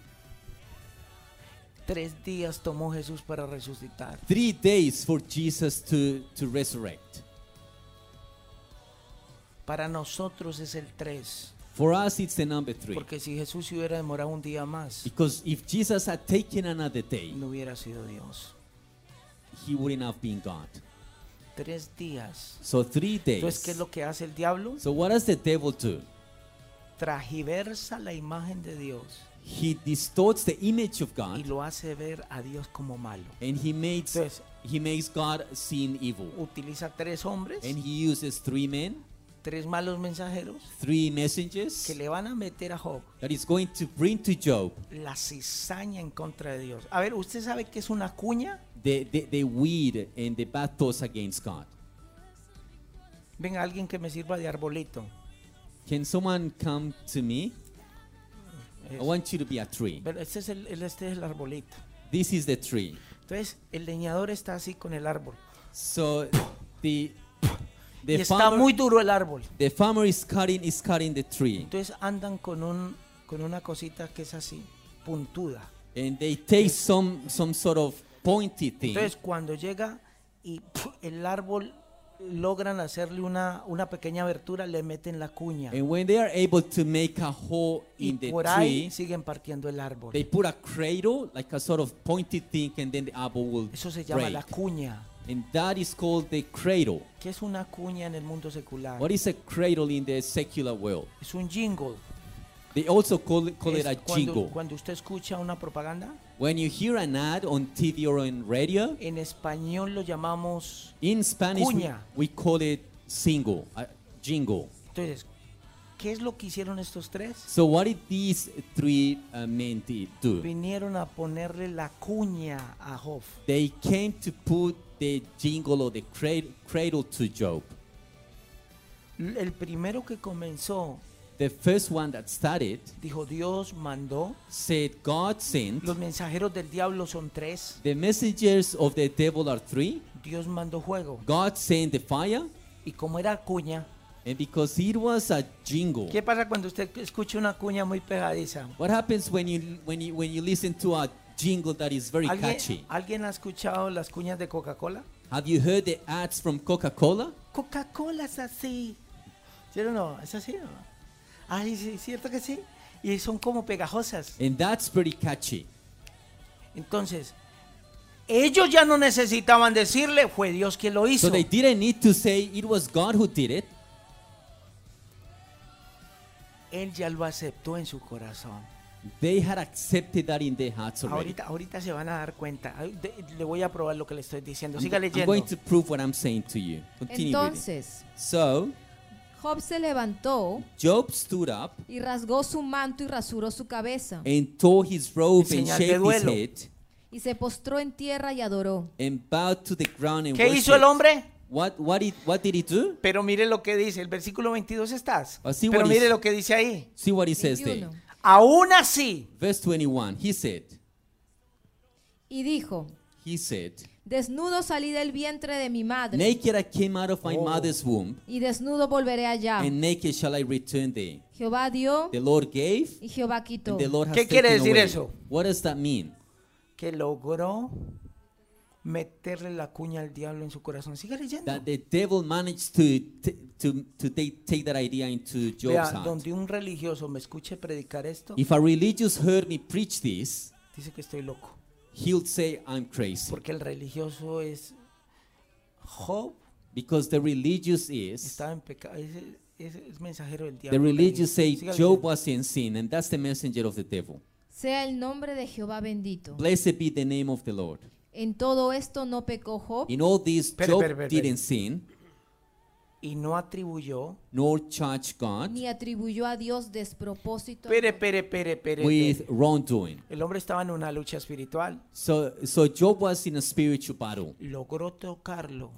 Tres días tomó Jesús para resucitar. Three days for Jesus to to resurrect. Para nosotros es el tres. For us, it's the number three. Porque si Jesús se hubiera demorado un día más, Because if Jesus had taken another day, no hubiera sido Dios. he wouldn't have been God. Tres días. So three days. Entonces, ¿qué es lo que hace el diablo? So what does the devil do? Tragiversa la imagen de Dios He distorts the image of y God, lo hace ver a Dios como malo. and he makes Entonces, he makes God seem evil. utiliza tres hombres, And he uses three men, tres malos mensajeros three messengers que le van a meter a Job that is going to bring to Job la cizaña en contra de Dios. A ver, ¿usted sabe qué es una cuña? the, the, the weed and the bad thoughts against God. Venga, alguien que me sirva de arbolito. Can someone come to me? Es- I want you to be a tree. pero este es el, el- este es el arbolito. This is the tree. Entonces, el leñador está así con el árbol. So Y the the está farmer, muy duro el árbol. the farmer is cutting is cutting the tree, Entonces andan con, un, con una cosita que es así, puntuda. and they take some some sort of pointy thing. Entonces cuando llega y ¡puf! el árbol logran hacerle una, una pequeña abertura, le meten la cuña. And when they are able to make a hole in Y the por tree, ahí siguen partiendo el árbol. they put a cradle, like a sort of pointy thing, and then the apple will Eso se llama break. la cuña. And that is called the cradle. ¿Qué es una cuña en el mundo secular? What is a cradle in the secular world? Es un jingle. They also call, it- call Es it a cuando, jingle. cuando usted escucha una propaganda, When you hear an ad on TV or on radio, en español lo llamamos... in Spanish we, Cuña. we call it single, a jingle. Entonces, ¿qué es lo que hicieron estos tres? So what did these three uh, men did do? Vinieron a ponerle la cuña a Job. They came to put the jingle or the cradle, cradle to Job. El primero que comenzó The first one that started dijo, Dios mandó. said, God sent. Los mensajeros del diablo son tres. The messengers of the devil are three. Dios mandó fuego. God sent the fire. Y como era cuña, And because it was a jingle, ¿qué pasa cuando usted escucha una cuña muy pegadiza? what happens when you when you when you listen to a jingle that is very ¿Alguien, catchy? ¿alguien ha escuchado las cuñas de Coca-Cola? Have you heard the ads from Coca-Cola? Coca-Cola es así. ¿Sí o no? ¿Es así o no? Ay, sí, ¿cierto que sí? Y son como pegajosas. And that's pretty catchy. Entonces, ellos ya no necesitaban decirle, fue Dios quien lo So hizo. they didn't need to say it was God who did it. Él ya lo aceptó en su corazón. They had accepted that in their hearts already. Ahorita, ahorita se van a dar cuenta. Ay, de- le voy a probar lo que le estoy diciendo. I'm, Siga I'm leyendo. going to prove what I'm saying to you. Continue reading. Entonces So Job se levantó Job stood up y rasgó su manto y rasuró su cabeza and tore his robe En and señal de shaved his duelo. head y se postró en tierra y adoró. and bowed to the ground and ¿Qué hizo el worshipped. hombre? What, what, did, what did he do? Pero mire lo que dice, el versículo 22 estás. Así Pero buenísimo. mire lo que dice este, ahí. See what he says there. 21. Aún así, Verse 21. He said, Y dijo, He said, desnudo salí del vientre de mi madre Naked I came out of my Oh. mother's womb, y desnudo volveré allá. and naked shall I return thee. Jehová dio The Lord gave, y Jehová quitó. and the Lord has ¿Qué taken quiere decir away. eso? What does that mean? que logró meterle la cuña al diablo en su corazón. Sigue leyendo. That the devil managed to t- to to take, take that idea into Vea, Job's heart. donde un religioso me escuche predicar esto, If a religious heard me preach this, dice que estoy loco. he'll say I'm crazy, Porque el religioso es Job because the religious is estaba en pecado. Ese ese es mensajero del diablo. the religious say Siga Job leyendo. was in sin, and that's the messenger of the devil. Sea el nombre de Jehová bendito. Blessed be the name of the Lord. En todo esto no pecó Job, In all this, Espere, Job espere, espere, didn't sin, Y no atribuyó. nor charged God ni atribuyó a Dios despropósito. Pere, pere, pere, pere. with wrongdoing. El hombre estaba en una lucha espiritual. So, so Job was in a spiritual battle. Logró tocarlo,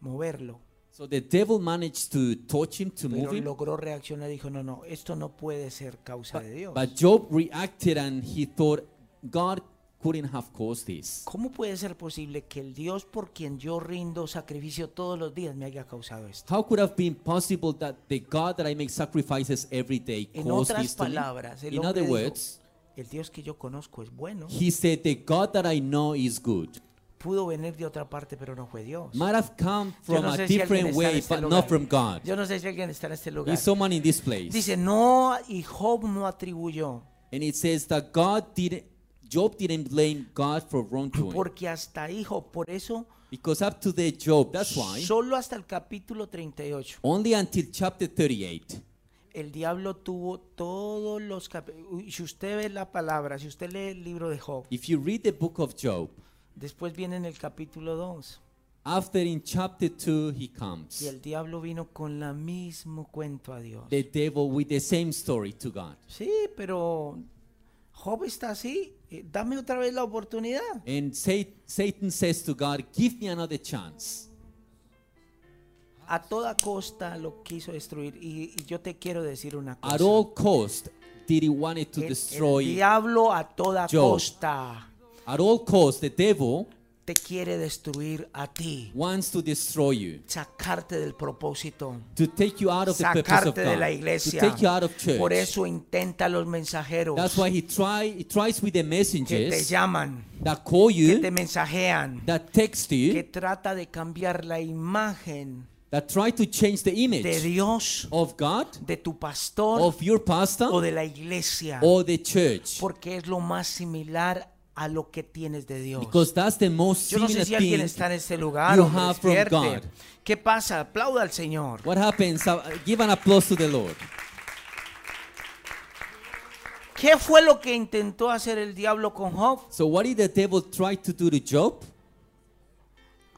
moverlo. So the devil managed to touch him, to Pero move him. logró reaccionar y dijo, no, no, esto no puede ser causa de Dios. But Job reacted and he thought God couldn't have caused this. ¿Cómo puede ser posible que el Dios por quien yo rindo sacrificio todos los días me haya causado esto? How could have been possible that the God that I make sacrifices every day En caused otras this to me? palabras, el In hombre other dijo, words, el Dios que yo conozco es bueno. he said the God that I know is good. Pudo venir de otra parte, pero no fue Dios. Might have come Yo from no a sé si alguien está different en way, este but not lugar. from God. Yo no sé si alguien está en este lugar. Is someone in this place? Dice, no, y Job no atribuyó, And it says that God didn't, Job didn't blame God for wrongdoing. porque hasta ahí Job, por eso, Because up to the Job, that's why, solo hasta el capítulo 38, only until chapter 38, el diablo tuvo todos los capítulos. Si usted ve la palabra, si usted lee el libro de Job, if you read the book of Job, después viene en el capítulo 2. after in chapter 2 he Y comes, el diablo vino con la mismo cuento a Dios. the devil with the same story to God. Sí, pero Job está así. eh, Dame otra vez la oportunidad. And Sa- Satan says to God, give me another chance. A toda costa lo quiso destruir. Y, y yo te quiero decir una cosa. At all cost, did he wanted to El- el destroy. diablo a toda Job. costa At all cost, the devil te quiere destruir a ti. wants to destroy you. Sacarte del propósito. To take you out of the purpose of Sacarte de God. la To iglesia. take you out of church. Por eso intenta a los mensajeros That's why he try he tries with the que te messengers llaman, that call que you, te mensajean, that text you, que trata de cambiar la imagen that try to change the image de Dios, of God, de tu pastor of your pastor, o de la iglesia, or the church, porque es lo más similar a lo que tienes de Dios. because that's the most Yo no sé similar si alguien thing. está en este lugar. you hombre, have from despierte. God. ¿Qué pasa? Aplauda al Señor. What happens? Uh, give an applause to the Lord. ¿Qué fue lo que intentó hacer el diablo con Job? So what did the devil try to do to Job?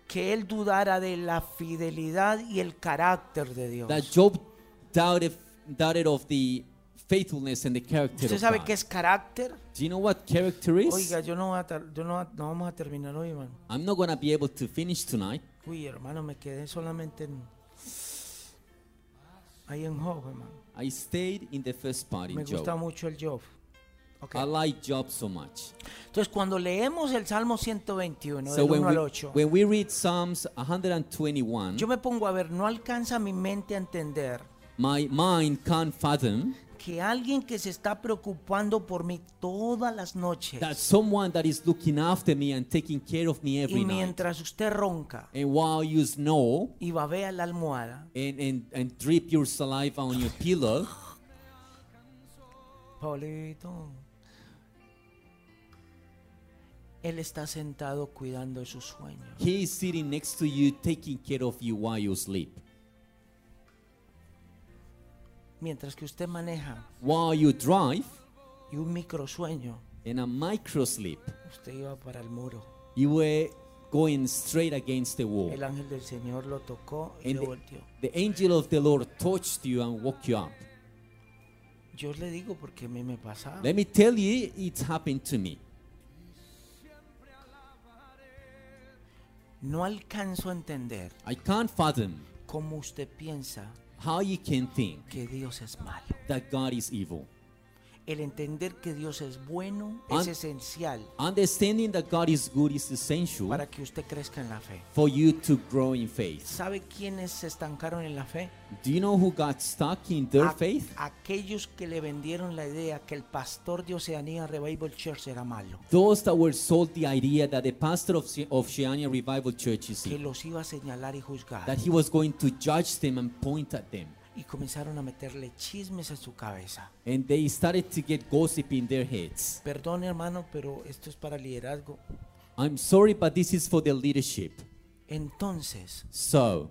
Que él dudara de la fidelidad y el carácter de Dios. That Job doubted doubted of the faithfulness and the character ¿Usted of sabe God. qué es carácter? Do you know what character is? Oiga, yo no, voy a tar- yo no, va- no vamos a terminar hoy, hermano. I'm not gonna be able to finish tonight. Uy, hermano, me quedé solamente en... Ahí en Job, hermano. I stayed in the first part in Me Job. gusta mucho el Job. Ok. I like Job so much. Entonces, cuando leemos el Salmo 121, So del 1 when al we, 8, when Hmm? we read Psalms 121, yo me pongo a ver, no alcanza mi mente a entender my mind can't fathom que alguien que se está preocupando por mí todas las noches that someone that is looking after me and taking care of me every y night, mientras usted ronca and while you snow y babea la almohada, and, and, and drip your saliva on your pillow, Pablito, él está sentado cuidando de sus sueños. he is sitting next to you taking care of you while you sleep. Mientras que usted maneja While you drive y un microsueño, in a micro sleep, usted iba para el muro. you were going straight against the wall. El ángel del Señor lo tocó y And lo the, volteó. the angel of the Lord touched you and woke you up. Yo le digo porque a mí me pasaba. Let me tell you, it happened to me. No alcanzo a entender I can't fathom cómo usted piensa how you can think que Dios es malo. that God is evil. El entender que Dios es bueno es An- esencial Understanding that God is good is essential para que usted crezca en la fe. for you to grow in faith. ¿Sabe quiénes se estancaron en la fe? Do you know who got stuck in their A- faith? Aquellos que le vendieron la idea que el pastor de Oceanía Revival Church era malo, Those that were sold the idea that the pastor of, Oce- of Oceania Revival Church is que evil, los iba a señalar y juzgar. that he was going to judge them and point at them. Y comenzaron a meterle chismes a su cabeza. And they started to get gossip in their heads. Perdón hermano, pero esto es para liderazgo. I'm sorry, but this is for the leadership. Entonces, So,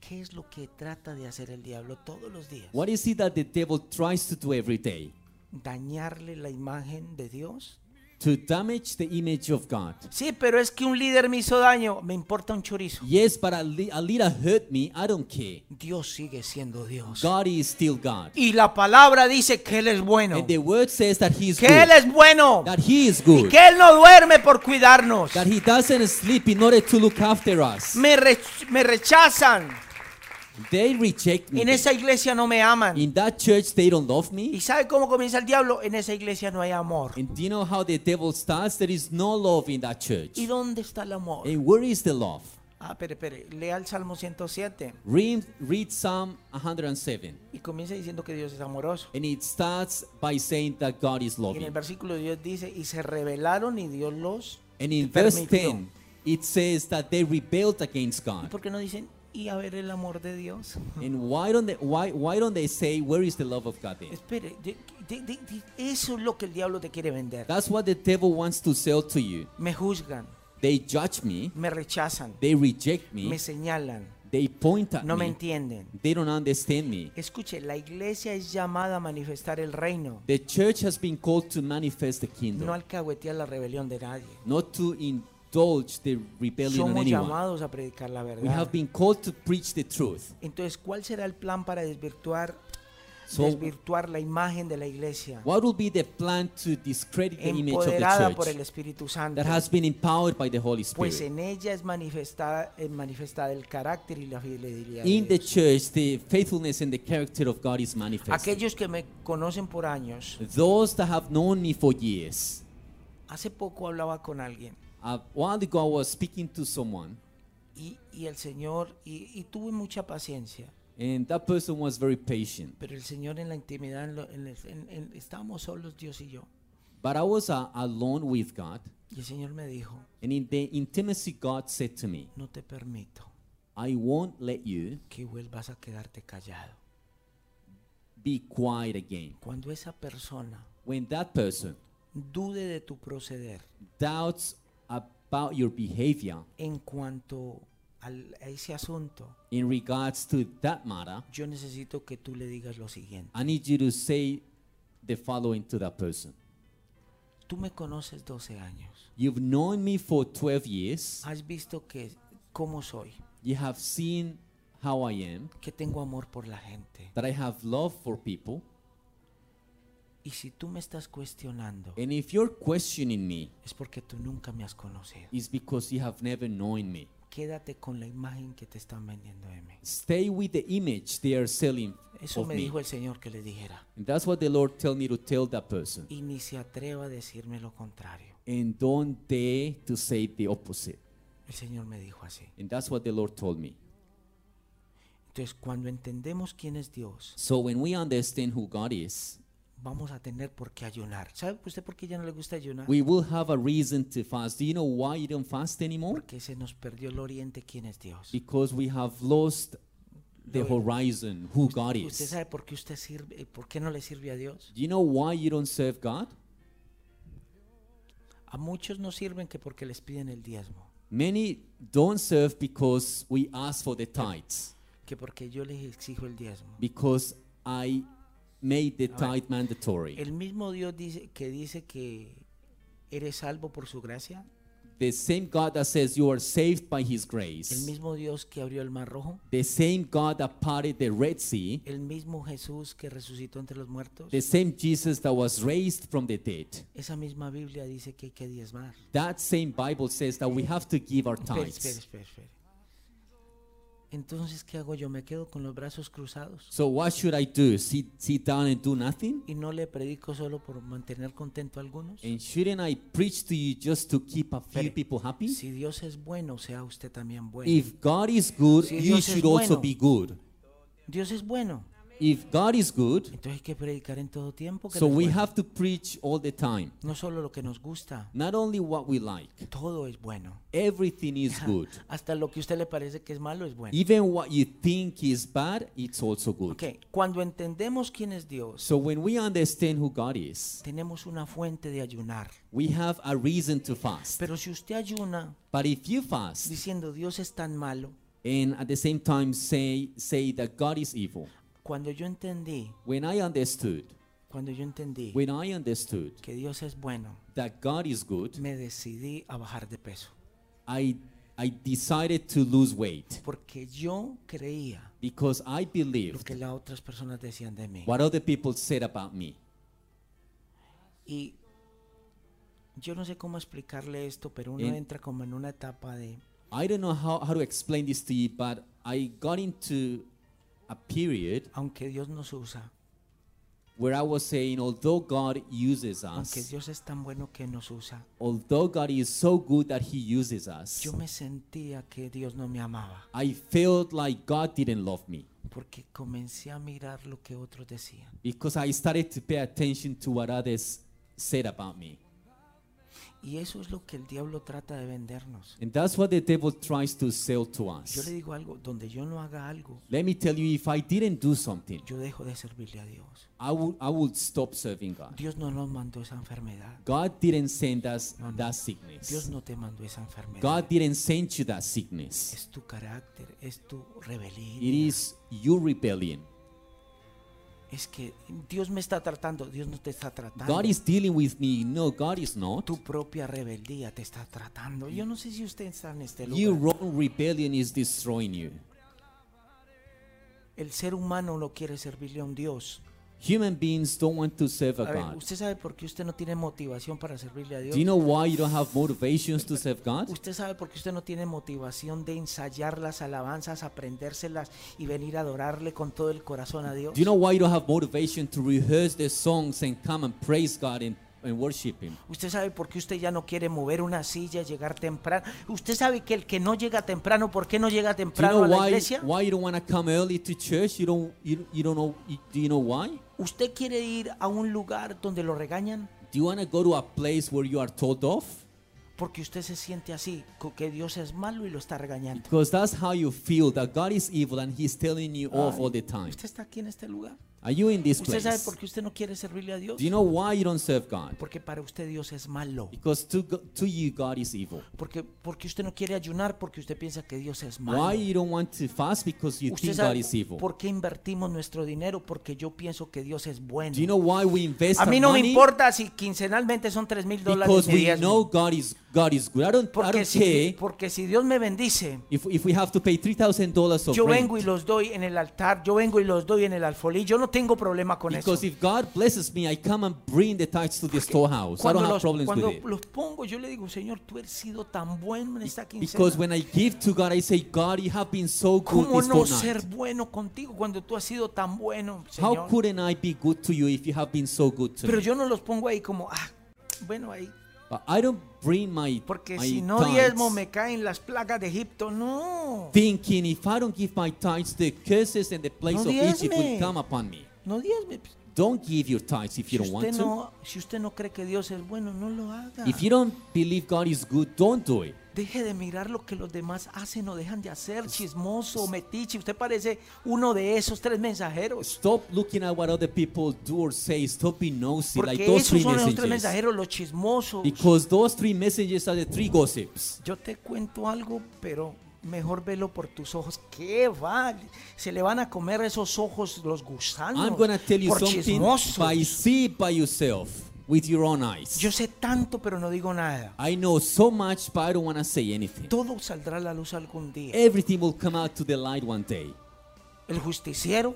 ¿qué es lo que trata de hacer el diablo todos los días? what is it that the devil tries to do every day? ¿Dañarle la imagen de Dios? To damage the image of God. Sí, pero es que un líder me hizo daño. Me importa un chorizo. Yes, but a, li- a leader hurt me. I don't care. Dios sigue siendo Dios. God is still God. Y la palabra dice que Él es bueno. And the word says that he is Que Él good. es bueno. That he is Y good. que Él no duerme por cuidarnos. That he doesn't sleep in order to look after us. Me, re- me rechazan. They reject me. En esa iglesia no me aman. In that church, they don't love ¿Y me. sabe cómo comienza el diablo? En esa iglesia no hay amor. And do you know how the devil starts? There is no love in that church. ¿Y dónde está el amor? And where is the love? Ah, espere, espere. Lea el Salmo 107. Read, read Psalm 107. Y comienza diciendo que Dios es amoroso. And it starts by saying that God is Y en el loving. versículo 10 dice, y se rebelaron y Dios los... And in verse permitió. 10, it says that they rebelled against ¿Y God. por qué no dicen, y a ver el amor de Dios? And why don't they, why, why don't they say, Where is the love of God then? Espere, de- de- de- de- eso es lo que el diablo te quiere vender. That's what the devil wants to sell to you. Me juzgan, They judge me, me rechazan, they reject me me, señalan, they point at no me me, entienden. they don't understand me. Escuche, la iglesia es llamada a manifestar el reino, The church has been called to manifest the kingdom, no alcahuetear la rebelión de nadie. not to indulge the rebellion of Somos anyone. llamados a predicar la We verdad. have been called to preach the truth. Entonces, ¿cuál será el plan para desvirtuar, So, desvirtuar la imagen de la iglesia? what will be the plan to discredit the image of Empoderada the por el church Espíritu Santo. that has been empowered by the Holy Pues Spirit? en ella es manifestada, eh, manifestada el carácter y la fidelidad. de In the Dios. church, the faithfulness and the character of God is manifested. Aquellos que me conocen por años, Those that have known me for years, Uh, hace poco hablaba con alguien a while ago I was speaking to someone, y, y el Señor, y, y tuve mucha paciencia, and that person was very patient. pero el Señor en la intimidad, en lo- en el- en- en- estábamos solos Dios y yo, But I was uh, alone with God, y el Señor me dijo, and in the intimacy, God said to me, no te permito I won't let you que vuelvas a quedarte callado. be quiet again. Cuando esa persona When that person dude de tu proceder doubts about your behavior en cuanto al- a ese asunto, in regards to that matter, yo necesito que tú le digas lo siguiente. I need you to say the following to that person. Tú me conoces 12 años. You've known me for 12 years. Has visto que cómo soy, You have seen how I am, que tengo amor por la gente. that I have love for people. Y si tú me estás cuestionando, And if you're questioning me, es porque tú nunca me has conocido. it's because you have never known me. Quédate con la imagen que te están vendiendo de mí. Stay with the image they are selling Eso of me me. dijo el Señor que le dijera. And that's what the Lord told me to tell that person. Y ni se atreva a decirme lo contrario. And don't dare to say the opposite. El Señor me dijo así. And that's what the Lord told me. Entonces, cuando entendemos quién es Dios, So when we understand who God is, vamos a tener por qué ayunar. ¿Sabe usted por qué ya no le gusta ayunar? we will have a reason to fast. Do you know why you don't fast anymore? Porque se nos perdió el oriente quién es Dios. Because we have lost the Lo- horizon who God eh. ¿Usted is. sabe por qué usted sirve, eh, por qué no le sirve a Dios? Do you know why you don't serve God? A muchos no sirven que porque les piden el diezmo, Many don't serve because we ask for the tithes, que porque yo les exijo el diezmo. because I made the tithe mandatory. El mismo Dios dice que dice que eres salvo por su gracia. The same God that says you are saved by His el grace. mismo Dios que abrió el mar rojo, The same God that parted the Red Sea. el mismo Jesús que resucitó entre los muertos. The same Jesus that was raised from the dead. Esa misma Biblia dice que hay que diezmar. That same Bible says that we have to give our Espere, espere, tithes. espere, espere. Entonces, ¿qué hago? Yo me quedo con los brazos cruzados So what should I do? Sit, sit down and do nothing? y no le predico solo por mantener contento a algunos. And shouldn't I preach to you just to keep a few Espere. people happy? Si Dios es bueno, sea usted también bueno. If God is good, Si you Dios es should also bueno. be good. Dios es bueno. If God is good, Entonces hay que predicar en todo tiempo. Que so Él es we bueno. have to preach all the time. No solo lo que nos gusta, Not only what we like, todo es bueno. everything is good. Hasta lo que a usted le parece que es malo es bueno. Even what you think is bad, it's also good. Ok, cuando entendemos quién es Dios, So when we understand who God is, tenemos una fuente de ayunar. we have a reason to fast. Pero si usted ayuna But if you fast diciendo Dios es tan malo, and at the same time say say that God is evil, cuando yo entendí, when I understood, cuando yo entendí when I understood que Dios es bueno, that God is good, me decidí a bajar de peso. I I decided to lose weight Porque yo creía because I lo believed que las otras personas decían de mí. what other people said about me. Y yo no sé cómo explicarle esto, pero uno En- entra como en una etapa de I don't know how, how to explain this to you, but I got into a period aunque Dios nos usa, where I was saying, although God uses aunque us, Dios es tan bueno que nos usa, although God is so good that He uses us, yo me sentía que Dios no me amaba, I felt like God didn't love me porque comencé a mirar lo que otros decían. because I started to pay attention to what others said about me. Y eso es lo que el diablo trata de vendernos. And that's what the devil tries to sell to Yo le us. digo algo, donde yo no haga algo, Let me tell you, if I didn't do something, yo dejo de servirle a Dios. I would, I would stop serving God. Dios no nos mandó esa enfermedad. God didn't send us No, no. that Dios sickness. no te mandó esa enfermedad. God didn't send you that sickness. es tu carácter, es tu It rebeldía. is your rebellion. Es que Dios me está tratando, Dios no te está tratando. God is dealing with me. No, God is not. tu propia rebeldía te está tratando. Yo no sé si usted está en este lugar. Your wrong rebellion is destroying you. El ser humano no quiere servirle a un Dios. Human beings don't want to serve a A ver, God. ¿Usted sabe por qué usted no tiene motivación para servirle a Dios? Do you know why you don't have motivations to serve God? ¿Usted sabe por qué usted no tiene motivación de ensayar las alabanzas, aprendérselas y venir a adorarle con todo el corazón a Dios? Do you know why you don't have motivation to rehearse the songs and come and praise God and, and worship Him? ¿Usted sabe por qué usted ya no quiere mover una silla, llegar temprano? ¿Usted sabe que el que no llega temprano, por qué no llega Do you know temprano a la why iglesia? why you don't want to come early to church? You don't you, you don't know you- do you know why? ¿Usted quiere ir a un lugar donde lo regañan? Do you want to go to a place where you are told off? Porque usted se siente así, co- que Dios es malo y lo está regañando. Because that's how you feel that God is evil and He's telling you off all the time. ¿Usted está aquí en este lugar? Are you in this ¿Usted sabe place? por qué usted no quiere servirle a Dios? Do you know why you don't serve God? Porque para usted Dios es malo. Because to go- to you God is evil. Porque, porque usted no quiere ayunar porque usted piensa que Dios es malo. Why you don't want to fast? Because you ¿Usted think God sabe is evil. por qué invertimos nuestro dinero? Porque yo pienso que Dios es bueno. Do you know why we invest a our mí no me money? importa si quincenalmente son 3 mil dólares. Because de we diezmo. know God is God is good. I don't I Porque don't si, care porque si Dios me bendice, if if we have to pay three thousand dollars of yo rent. vengo y los doy en el altar, yo vengo y los doy en el alfolí, yo no tengo problema con eso. Because if God blesses me, I come and bring the tithes to the storehouse. I Cuando, don't have los, problems cuando with it. los pongo, yo le digo, Señor, tú has sido tan bueno en esta Because quincena. when I give to God, I say, God, you have been so good ¿Cómo this no ser fortnight. bueno contigo cuando tú has sido tan bueno, How Señor? couldn't I be good to you if you have been so good to Pero me? yo no los pongo ahí como, ah, bueno, ahí. But I don't bring my, Porque my si no tithes diezmo me caen las plagas de Egipto. No, thinking if I don't give my tithes, the curses and the plagues No of Egypt will diezme. come upon me. no diezme. Don't give your tithes if Si you don't usted want to. no, si usted no cree que Dios es bueno, no lo haga. If you don't believe God is good, don't do it. Deje de mirar lo que los demás hacen o dejan de hacer, chismoso, metiche. Usted parece uno de esos tres mensajeros. Stop looking at what other people do or say. Stop being nosy Porque like those esos three son los tres messages. mensajeros, los chismosos. Because those three messages are the three gossips. Yo te cuento algo, pero mejor velo por tus ojos. ¿Qué vale? Se le van a comer esos ojos los gusanos. I'm gonna tell you por something chismosos. by see it by yourself. with your own eyes. Yo sé tanto, pero no digo nada. I know so much, but I don't want to say anything. Todo saldrá a la luz algún día. Everything will come out to the light one day. El justiciero.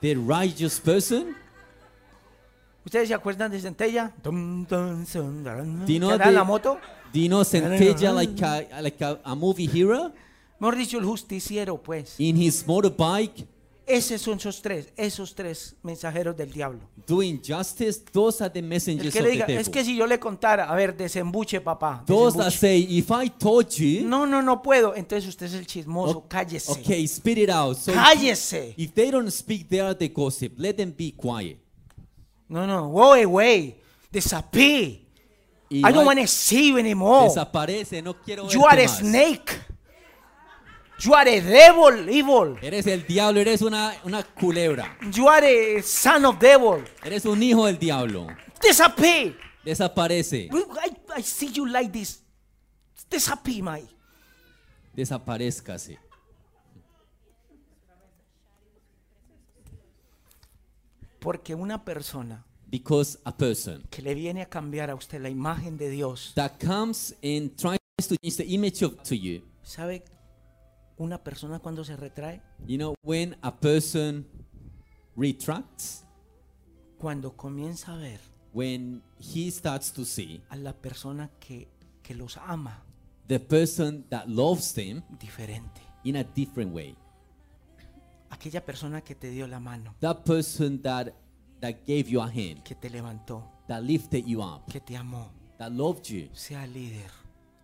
The righteous person, ¿Ustedes se acuerdan de Centella? Tum, tum, sun, daran, Do you know que andaba en the- la moto? do you know Centella like a, like a, a movie hero? Mejor dicho, el justiciero, pues. In his motorbike, Esos son esos tres, esos tres mensajeros del diablo. doing justice, those are the El messengers que of le the diga, devil. es que si yo le contara, a ver, desembuche, papá. Those that desembuche". say, if I told you, No, no, no puedo. Entonces usted es el chismoso, o- cállese. okay, spit it out. So cállese. if they don't speak, they are the gossip. Let them be quiet. No, no, güey, güey, desapí. Y I don't hay- want to see you anymore. Desaparece, no quiero You are verte a este más. snake. You are a devil, evil. Eres el diablo, eres una, una culebra. You are a son of devil. Eres un hijo del diablo. Disappear. Desaparece. I, I see you like this. Disappear, my. Desaparezcase. Porque una persona Because a person que le viene a cambiar a usted la imagen de Dios, that comes and tries to change the image of to you. ¿sabe? Una persona cuando se retrae, You know, when a person retracts, cuando comienza a ver when he starts to see a la persona que, que los ama the person that loves them diferente. in a different way. Aquella persona que te dio la mano, That person that that gave you a hand, que te levantó, that lifted you up, que te amó, that loved you, sea líder,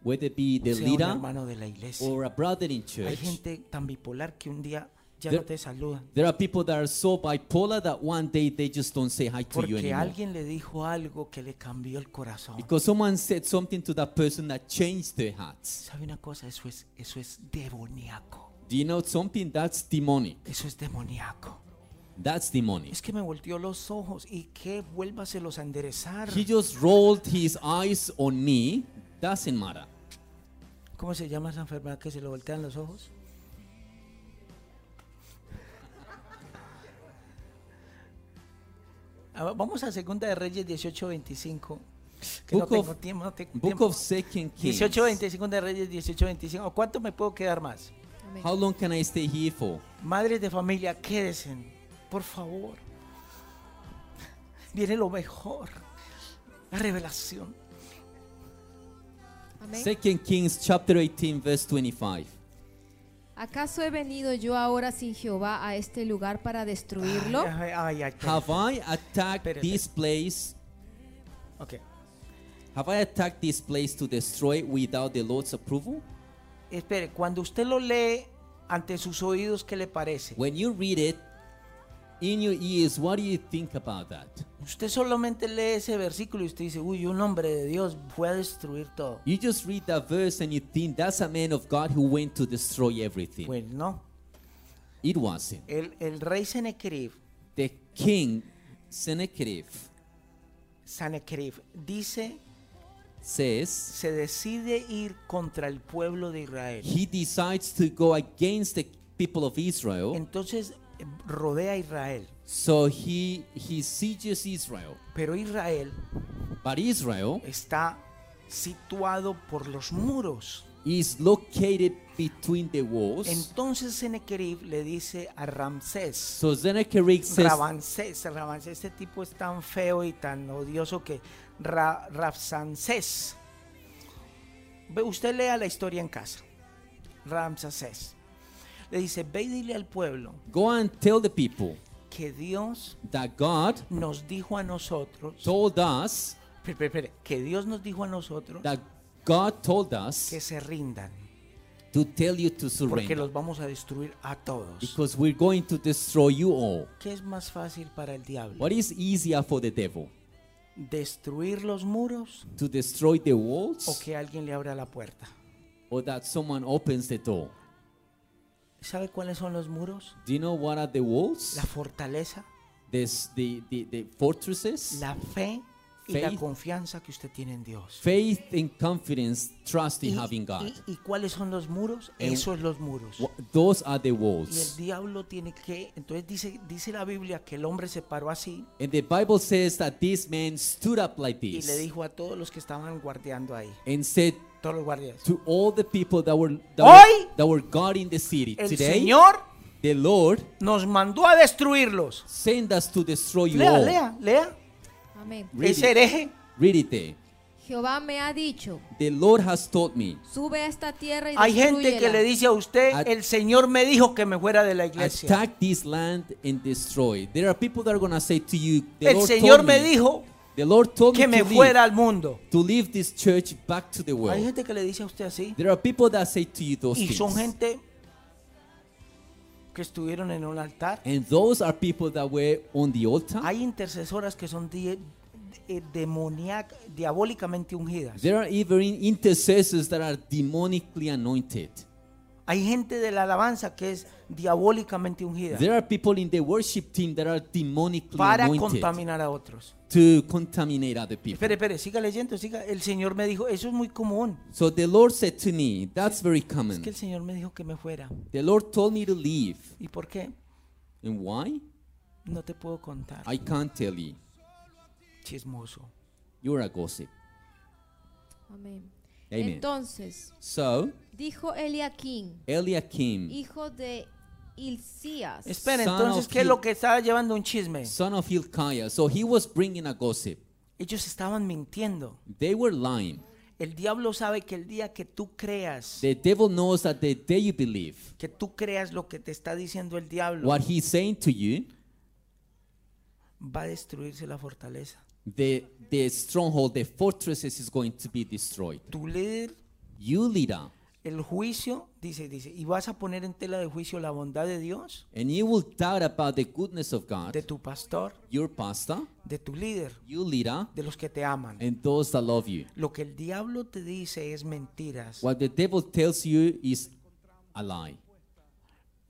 whether it be the sea un leader hermano de la iglesia. or a brother in Hay church. gente tan bipolar que un día ya There- no te saludan. There are people that are so bipolar that one day they just don't say hi to you Porque anymore. alguien le dijo algo que le cambió el corazón. Because someone said something to that person that changed their hearts. ¿Sabe una cosa? Eso es, eso es demoníaco. Do you know something that's demonic? Eso es demoníaco. That's demonic. Es que me volteó los ojos y que vuélvase los a enderezar. He just rolled his eyes on me. Doesn't matter. ¿Cómo se llama esa enfermedad que se le voltean los ojos? A ver, Ah, Vamos a Segunda de Reyes 18:25. Que no Book of- tengo tiempo, no tengo Book tiempo. of Second Kings. 18:25 Segunda de Reyes 18:25. ¿Cuánto me puedo quedar más? Amén. How long can I stay here for? Madres de familia, quédense, por favor. Viene lo mejor. La revelación. Amén. Second Kings chapter 18 verse 25. ¿Acaso he venido yo ahora sin Jehová a este lugar para destruirlo? Ay, ay, ay, Have I attacked Espérate. this place? ok. Have I attacked this place to destroy without the Lord's approval? Espere, cuando usted lo lee ante sus oídos, ¿qué le parece? When you read it in your ears, what do you think about that? Usted solamente lee ese versículo y usted dice, uy, un hombre de Dios fue a destruir todo. You just read that verse and you think that's a man of God who went to destroy everything. Pues no. It wasn't. El, el rey Senequerib, The king Sennacherib Sanequerib, dice, says se decide ir contra el pueblo de Israel. he decides to go against the people of Israel. Entonces eh, rodea a Israel. So he he sieges Israel. Pero Israel But Israel está situado por los muros. is located between the walls. Entonces Senequerib le dice a Ramsés, So Sennacherib says, Rabansés, Rabansés, este tipo es tan feo y tan odioso que Ra, Rapsansés. Ve, Usted lea la historia en casa. Ramsés. Le dice, ve y dile al pueblo "Go and tell the people que Dios that God nos dijo a nosotros, told us Espere, espere, espere, que Dios nos dijo a nosotros that God told us que se rindan, to tell you to porque surrender los vamos a destruir a todos. because we're going to destroy you all." ¿Qué es más fácil para el diablo? What is easier for the devil? ¿Destruir los muros To destroy the o walls que alguien le abra la puerta? or that someone opens the door? ¿Sabe cuáles son los muros? Do you know what are the walls? la fortaleza, This, the, the, the fortresses, la fe y la Faith. confianza que usted tiene en Dios. faith and confidence, trust in Y, having God. y- y cuáles son los muros? And- Eso es los muros. Wha- Those are the Y el walls. diablo tiene que, entonces dice, dice la Biblia que el hombre se paró así And the Bible says that this man stood up like y le this dijo a todos los que estaban guardeando ahí, and said todos los guardias, to all the people that were that, Hoy, were, that were guarding the city, el today Señor the Lord nos mandó a destruirlos. sent us to destroy you Lea, all. lea, lea. Amén. Read Es it. hereje. Read it there. Jehová me ha dicho, The Lord has taught me. sube a esta tierra y Hay gente que destrúyela". le dice a usted, At- el Señor me dijo que me fuera de la iglesia. Attack this land and destroy. it." There are people that are gonna say to you, the El Lord Señor told me me, dijo the Lord told que me me to leave, fuera al mundo. to leave this church back to the Hay world. gente que le dice a usted así. There are people that say to you those Y son things. gente que estuvieron en un altar. And those are people that were on the altar. Hay intercesoras que son die- eh, demoniac- diabólicamente ungidas. There are even intercessors that are demonically anointed. Hay gente de la alabanza que es diabólicamente ungida There are people in the worship team that are demonically para anointed contaminar a otros. to contaminate other people. Espere, espere, siga leyendo, siga. El Señor me dijo, eso es muy común. So the Lord said to me, that's very Es common. que el Señor me dijo que me fuera. The Lord told me to leave. ¿Y por qué? And why? No te puedo contar. I can't tell you. Chismoso. You're a gossip. Amén. Amen. Entonces, So dijo Eliakim, Eliakim, hijo de Hilcías, Espera, Son entonces, of ¿qué es Hil- lo que estaba llevando un chisme? son of Hilkiah, so he was bringing a gossip. Ellos estaban mintiendo. They were lying. El diablo sabe que el día que tú creas, The devil knows that the day you believe que tú creas lo que te está diciendo el diablo, what he's saying to you, va a destruirse la fortaleza. the the stronghold, the fortresses is going to be destroyed. Tu líder, You lead up, el juicio, dice, dice, y vas a poner en tela de juicio la bondad de Dios, and you will doubt about the goodness of God, de tu pastor, your pastor, de tu líder, you lead up, de los que te aman. and those that love you. Lo que el diablo te dice es mentiras. What the devil tells you is a lie.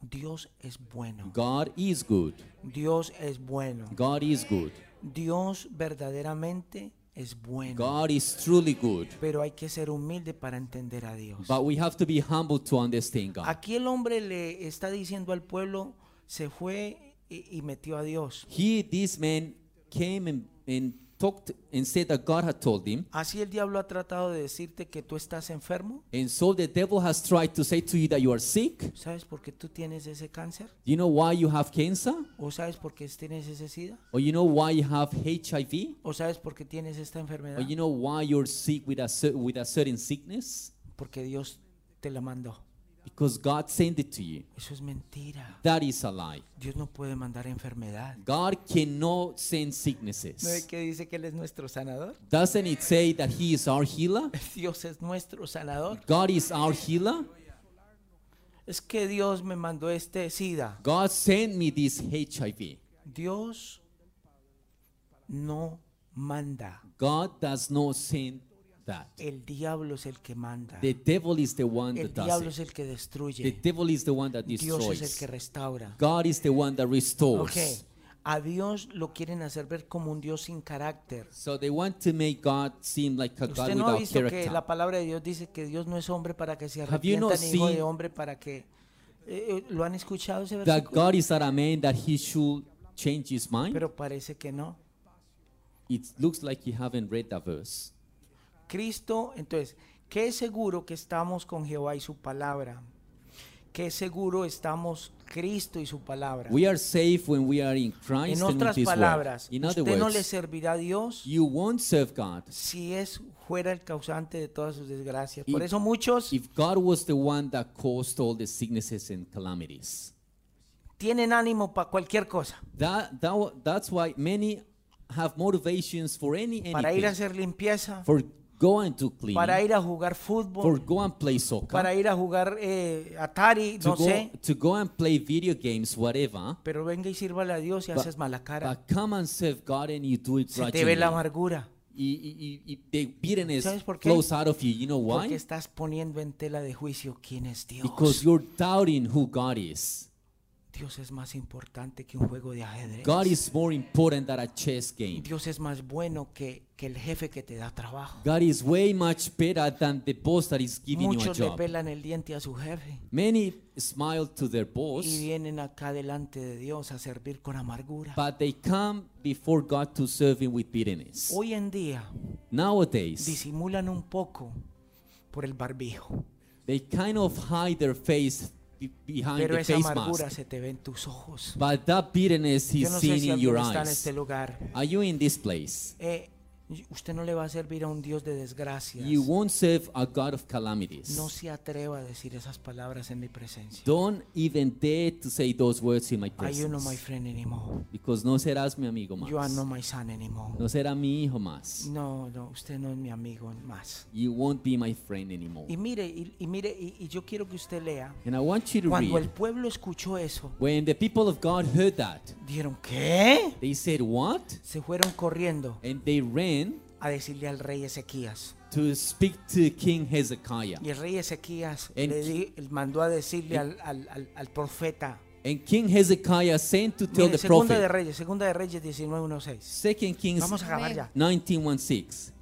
Dios es bueno. God is good. Dios es bueno. God is good. Dios verdaderamente es bueno. God is truly good. Pero hay que ser humilde para entender a Dios. But we have to be humble to understand God. Aquí el hombre le está diciendo al pueblo, se fue y, y metió a Dios. He, this man, came and, and talked and said that God had told him. Así el diablo ha tratado de decirte que tú estás enfermo. And so the devil has tried to say to you that you are sick. ¿Sabes por qué tú tienes ese cáncer? You know why you have cancer? ¿O sabes por qué tienes ese sida? Or you know why you have HIV? ¿O sabes por qué tienes esta enfermedad? Or you know why you're sick with a, cer- with a certain sickness? Porque Dios te la mandó. Because God sent it to you. Eso es mentira. That is a lie. Dios no puede mandar enfermedad. God cannot send ¿No ve sicknesses. que dice que Él es nuestro sanador? Doesn't it say that He is our healer? [LAUGHS] Dios es nuestro sanador. God is our healer? Es que Dios me mandó este sida. God sent me this HIV. Dios no manda. God does not send that. El diablo es el que manda. The devil is the one El that diablo does es it. el que The destruye. devil is the one that Dios es el destroys. que restaura. God is the one that Ok. restores. A Dios lo quieren hacer ver como un Dios sin carácter. So they want to make God seem like a God Usted no ha without visto que character. la palabra de Dios dice que Dios no es hombre para que se Have you arrepienta, not ni hijo de seen hombre para que... Eh, eh, ¿Lo han escuchado ese That versículo? God is not a man that he should change his mind. Pero parece que no. It looks like you haven't read that verse. Cristo, entonces, qué seguro que estamos con Jehová y su palabra. Qué seguro estamos Cristo y su palabra. We are safe when we are in en Christ and in otras this world. palabras, In other usted no le words, servirá a Dios you won't serve God si es fuera el causante de todas sus desgracias. Y- Por eso muchos if God was the one that caused all the sicknesses and calamities. tienen ánimo para cualquier cosa, That, that wa- that's why many have motivations for any para ir a anything. hacer limpieza, For go and do para cleaning. ir a jugar For fútbol, go and play soccer. para ir a jugar eh, Atari, to no go sé. to go and play video games, whatever. Pero venga y sírvale a Dios y But- haces mala cara. But come and serve God and you do it Se te ve la grudgingly. amargura. Y- y- y- y The bitterness ¿Sabes por qué? flows out of you. You know Porque why? estás poniendo en tela de juicio quién es Dios. Because you're doubting who God is. Dios es más importante que un juego de ajedrez. God is more important than a chess game. Dios es más bueno que, que el jefe que te da trabajo. God is way much better than the boss that is giving you a Muchos le job. pelan el diente a su jefe Many smile to their boss, y vienen acá delante de Dios a servir con amargura. but they come before God to serve Him with bitterness. Hoy en día Nowadays, disimulan un poco por el barbijo, they kind of hide their face be- behind pero the esa face amargura mask. se te ve en tus ojos. But that bitterness Yo is no sé seen si in your alguien está en eyes. este lugar. Are you in this place? Eh, y- usted no le va a servir a un Dios de desgracias. You won't serve a God of calamities. No se atreva a decir esas palabras en mi presencia. Don't even dare to say those words in my I no my presence. friend anymore. Because no serás mi amigo más. You are not my son anymore. No será mi hijo más. No, no, usted no es mi amigo más. You won't be my friend anymore. Y mire, y, y mire, y, y yo quiero que usted lea. And I want you to Cuando read. el pueblo escuchó eso, When the people of God heard that, dijeron, ¿qué? they said, What? Se fueron corriendo And they ran a decirle al rey Ezequías. to speak to King Hezekiah. Y el rey Ezequías En- le di- mandó a decirle al, al- al- al profeta. And King Hezekiah sent to tell Mire, the segunda de prophet, Reyes, segunda de Reyes 19.1.6. Second Kings Vamos a acabar ya. 19:16.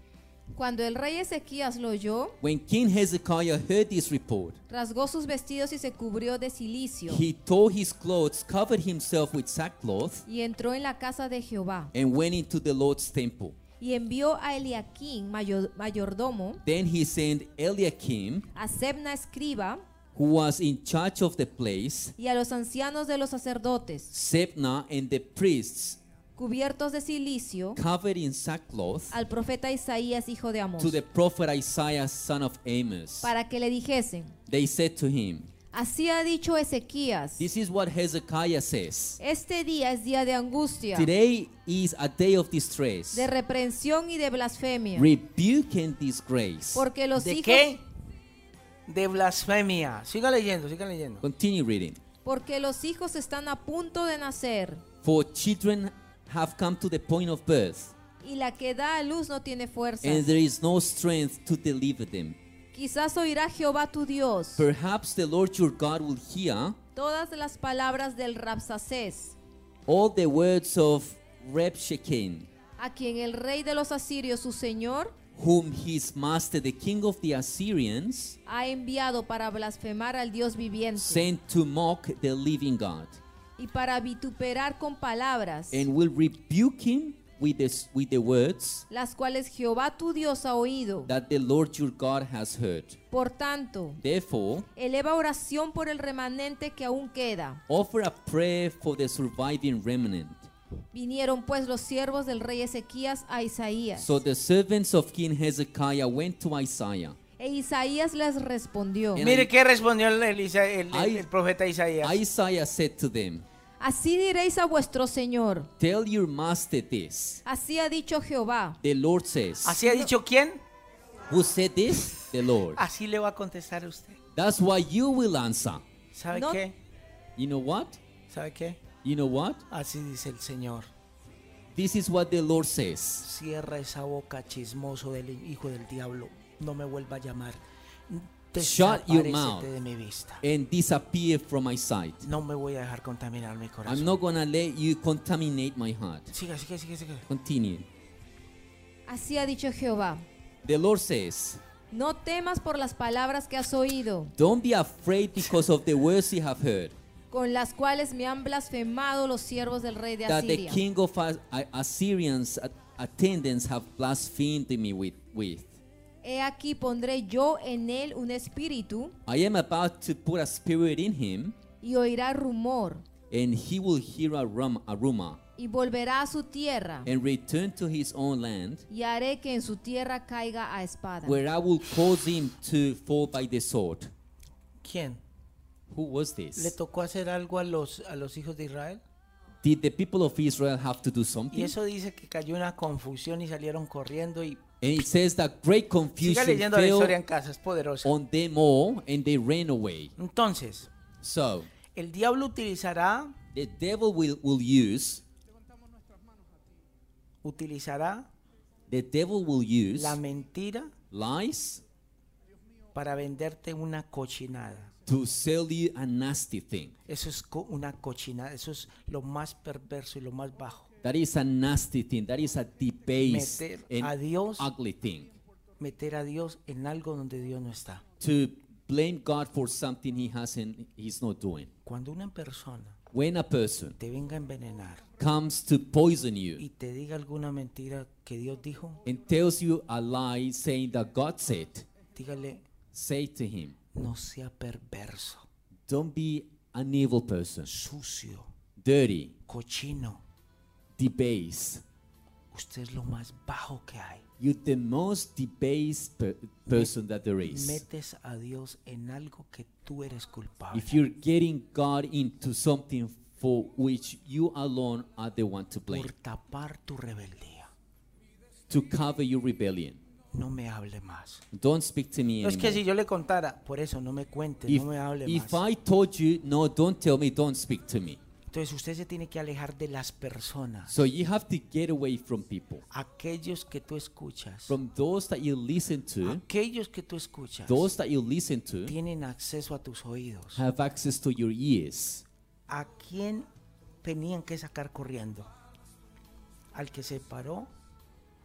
Cuando el rey Ezequías lo oyó, When King Hezekiah heard this report, rasgó sus vestidos y se cubrió de cilicio he tore his clothes, covered himself with sackcloth, y entró en la casa de Jehová and went into the Lord's temple. y envió a Eliaquín, mayo- mayordomo, Then he sent Eliakim, a Sebna escriba who was in charge of the place, y a los ancianos de los sacerdotes, Sebna and the priests, cubiertos de cilicio, covered in sackcloth, al profeta Isaías, hijo de Amós, to the prophet Isaiah, son of Amos. para que le dijesen, They said to him, así ha dicho Ezequías, This is what Hezekiah says. este día es día de angustia, Today is a day of distress, de reprensión y de blasfemia, rebuke and disgrace. porque los ¿De hijos qué? De blasfemia. Siga leyendo, siga leyendo. Continue reading. porque los hijos están a punto de nacer For children have come to the point of birth, y la que da a luz no tiene fuerza. and there is no strength to deliver them. Quizás oirá Jehová tu Dios Perhaps the Lord your God will hear todas las palabras del Rapsacés, all the words of Rebshakeh, a quien el rey de los asirios, su señor, whom his master, the king of the Assyrians, ha enviado para blasfemar al Dios viviente sent to mock the living God, y para vituperar con palabras, and will rebuke him with the, with the words las cuales Jehová tu Dios ha oído. that the Lord your God has heard. Por tanto, Therefore, eleva oración por el remanente que aún queda. offer a prayer for the surviving remnant. Vinieron pues los siervos del rey Ezequías a Isaías. So the servants of King Hezekiah went to Isaiah. E Isaías les respondió, En- Mire qué respondió el, el Isa- el- el- Ay- el profeta Isaías. Isaiah said to them, así diréis a vuestro Señor, Tell your master this. así ha dicho Jehová, The Lord says. ¿Así ha dicho quién? Who said this? The Lord. Así le va a contestar a usted. That's why you will answer. ¿Sabe No. qué? You know what? ¿Sabe qué? You know what? Así dice el Señor. This is what the Lord says. Cierra esa boca chismoso del hijo del diablo. No me vuelva a llamar. Shut your mouth. Desaparécete de mi vista. And disappear from my sight. No me voy a dejar contaminar mi I'm corazón. not gonna let you contaminate my heart. Siga, siga, siga, siga. Continue. así ha dicho Jehová, The Lord says, no temas por las palabras que has oído, Don't be afraid because of the words you have [LAUGHS] heard. con las cuales me han blasfemado los siervos del rey de That the Asiria. king of As- A- Assyrians at- attendants have blasphemed me with. with. He aquí pondré yo en él un espíritu I am about to put a spirit in him, y oirá rumor and he will hear a, rum- a rumor y volverá a su tierra and return to his own land. y haré que en su tierra caiga a espada. where I will cause him to fall by the sword. ¿Quién? Who was ¿Le this? tocó hacer algo a los, a los hijos de Israel? Did the people of Israel have to do Y something? eso dice que cayó una confusión y salieron corriendo y... And it says that great Siga confusion leyendo la historia en fell casa, es poderosa. on them all, and they ran away. Entonces, So el diablo utilizará, the devil will, will use utilizará the devil will use la mentira lies para venderte una cochinada. to sell you a nasty thing. Eso es co- una cochina, eso es lo más perverso y lo más bajo. That is a nasty thing. That is a debased Meter and a Dios. ugly thing. Meter a Dios en algo donde Dios no está. To blame God for something he hasn't, he's not doing. Cuando una persona When a person te venga a envenenar comes to poison y you te diga alguna mentira que Dios dijo, and tells you a lie saying that God said, dígale, say to him, no sea perverso, don't be an evil person, sucio, dirty, cochino. debased. Usted es lo más bajo que hay. You're the most debased per- person that there is. Metes a Dios en algo que tú eres culpable. If you're getting God into something for which you alone are the one to blame, Por tapar tu rebeldía. to cover your rebellion, No me hable más. don't speak to me No es que si anymore. yo le contara, por eso no me cuente, If, no me hable if más. I told you, no, don't tell me, don't speak to me. Entonces usted se tiene que alejar de las personas, So you have to get away from people, aquellos que tú escuchas, from those that you listen to, aquellos que tú escuchas, those that you listen to tienen acceso a tus oídos. have access to your ears. ¿A quién tenían que sacar corriendo? Al que se paró